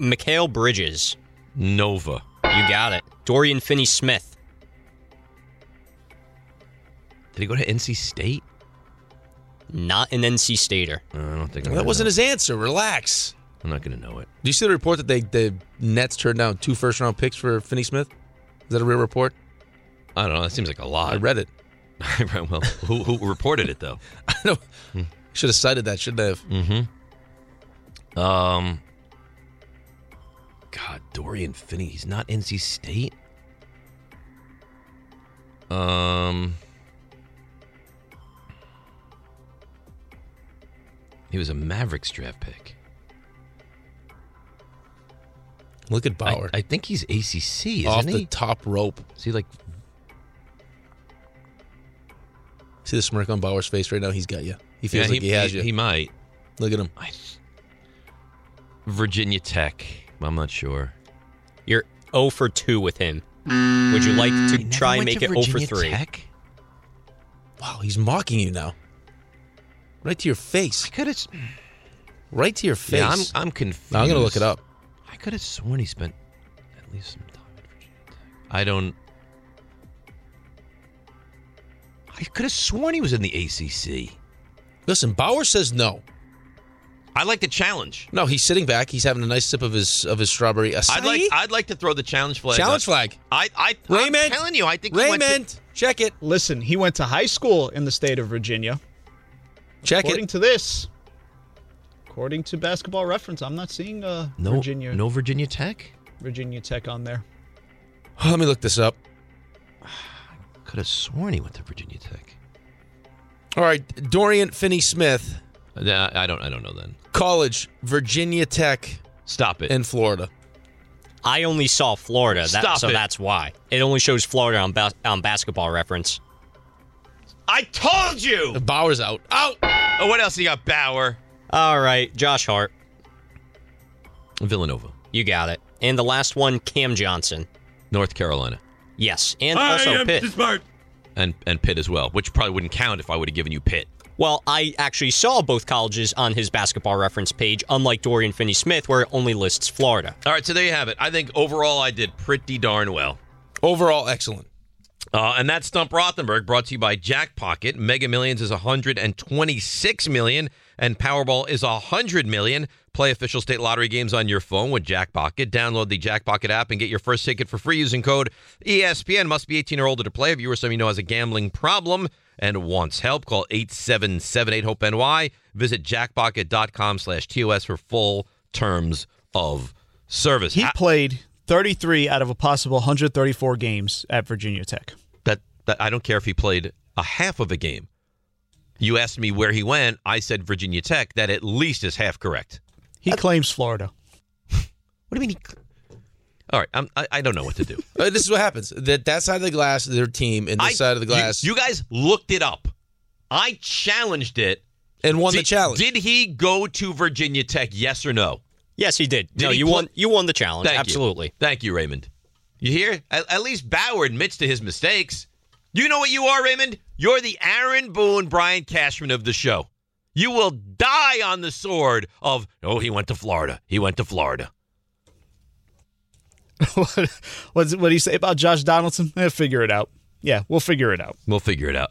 Speaker 12: Mikhail Bridges,
Speaker 2: Nova.
Speaker 12: You got it. Dorian Finney-Smith.
Speaker 2: Did he go to NC State?
Speaker 12: Not an NC Stater.
Speaker 2: I don't think
Speaker 3: Well, that wasn't his answer. Relax.
Speaker 2: I'm not going to know it.
Speaker 3: Do you see the report that they the Nets turned down two first round picks for Finney Smith? Is that a real report?
Speaker 2: I don't know. That seems like a lot.
Speaker 3: I read it.
Speaker 2: Right, well, who, who reported it though?
Speaker 3: I know. Should have cited that. Shouldn't I have.
Speaker 2: Mm-hmm. Um. God, Dorian Finney. He's not NC State. Um. He was a Mavericks draft pick.
Speaker 3: Look at Bauer.
Speaker 2: I think he's ACC, isn't
Speaker 3: Off the
Speaker 2: he?
Speaker 3: top rope.
Speaker 2: See, like,
Speaker 3: See the smirk on Bauer's face right now. He's got you. He feels
Speaker 2: Yeah,
Speaker 3: like he, has you.
Speaker 2: He might.
Speaker 3: Look at him.
Speaker 2: Virginia Tech. I'm not sure. oh
Speaker 12: You're 0 for 2 with him. Would you like to try and make it 0 for 3?
Speaker 3: Wow, he's mocking you now. Right to your face. I
Speaker 2: could have.
Speaker 3: Right to your face.
Speaker 2: Yeah, I'm, I'm confused.
Speaker 3: I'm gonna look it up.
Speaker 2: I could have sworn he spent at least some time at Virginia Tech. I don't. I could have sworn he was in the ACC.
Speaker 3: Listen, Bauer says no.
Speaker 2: I like the challenge.
Speaker 3: No, he's sitting back. He's having a nice sip of his of his strawberry acai.
Speaker 2: I'd like. I'd like to throw the challenge flag.
Speaker 3: Challenge
Speaker 2: up.
Speaker 3: flag.
Speaker 2: I. I. I'm
Speaker 3: Raymond.
Speaker 2: telling you, I think he went to-
Speaker 3: Raymond, check it.
Speaker 4: Listen, he went to high school in the state of Virginia.
Speaker 3: Check
Speaker 4: according to this, according to Basketball Reference, I'm not seeing uh,
Speaker 2: no
Speaker 4: Virginia
Speaker 2: No Virginia Tech.
Speaker 4: Virginia Tech on there.
Speaker 3: Let me look this up.
Speaker 2: Could have sworn he went to Virginia Tech.
Speaker 3: All right, Dorian Finney Smith,
Speaker 2: Nah, I don't. I don't know then.
Speaker 3: college, Virginia Tech.
Speaker 2: Stop it.
Speaker 3: In Florida.
Speaker 12: I only saw Florida, that,
Speaker 2: Stop
Speaker 12: so
Speaker 2: it.
Speaker 12: that's why. It only shows Florida on, bas- on basketball reference.
Speaker 2: I told you.
Speaker 3: Bauer's out. Out.
Speaker 2: Oh, what else you got, Bauer?
Speaker 12: All right, Josh Hart.
Speaker 2: Villanova.
Speaker 12: You got it. And the last one, Cam Johnson.
Speaker 2: North Carolina.
Speaker 12: Yes, and also Pitt.
Speaker 2: And and Pitt as well, which probably wouldn't count if I would have given you Pitt.
Speaker 12: Well, I actually saw both colleges on his basketball reference page, unlike Dorian Finney Smith, where it only lists Florida.
Speaker 2: All right, so there you have it. I think overall I did pretty darn well.
Speaker 3: Overall, excellent.
Speaker 2: Uh, and that's Stump Rothenberg, brought to you by Jack Pocket. Mega Millions is 126 million, and Powerball is 100 million. Play official state lottery games on your phone with Jack Pocket. Download the Jack Pocket app and get your first ticket for free using code E ESPN. Must be 18 or older to play. If you or someone you know has a gambling problem and wants help, call 8778-HOPE-NY. Visit jackpocket.com slash TOS for full terms of service.
Speaker 4: He played 33 out of a possible 134 games at Virginia Tech.
Speaker 2: that, that I don't care if he played a half of a game. You asked me where he went. I said Virginia Tech. That at least is half correct.
Speaker 4: He claims Florida.
Speaker 2: What do you mean? He... All right, I'm, I I don't know what to do.
Speaker 3: Uh, this is what happens. That that side of the glass, their team, and this
Speaker 2: I-
Speaker 3: side of the
Speaker 2: you-
Speaker 3: glass.
Speaker 2: You, guys looked it up. I challenged it
Speaker 3: and won
Speaker 2: did,
Speaker 3: the challenge.
Speaker 2: Did he go to Virginia Tech? Yes or no?
Speaker 12: Yes, he did.
Speaker 2: Did
Speaker 12: no,
Speaker 2: he
Speaker 12: you
Speaker 2: pl-
Speaker 12: won. You won the challenge.
Speaker 2: Thank you.
Speaker 12: Absolutely.
Speaker 2: Thank you, Raymond. You hear? At, at least Bauer admits to his mistakes. You know what you are, Raymond? You're the Aaron Boone, Brian Cashman of the show. You will die on the sword of, oh, he went to Florida. He went to Florida.
Speaker 4: what what's- what do you say about Josh Donaldson? Eh, figure it out. Yeah, we'll figure it out.
Speaker 2: We'll figure it out.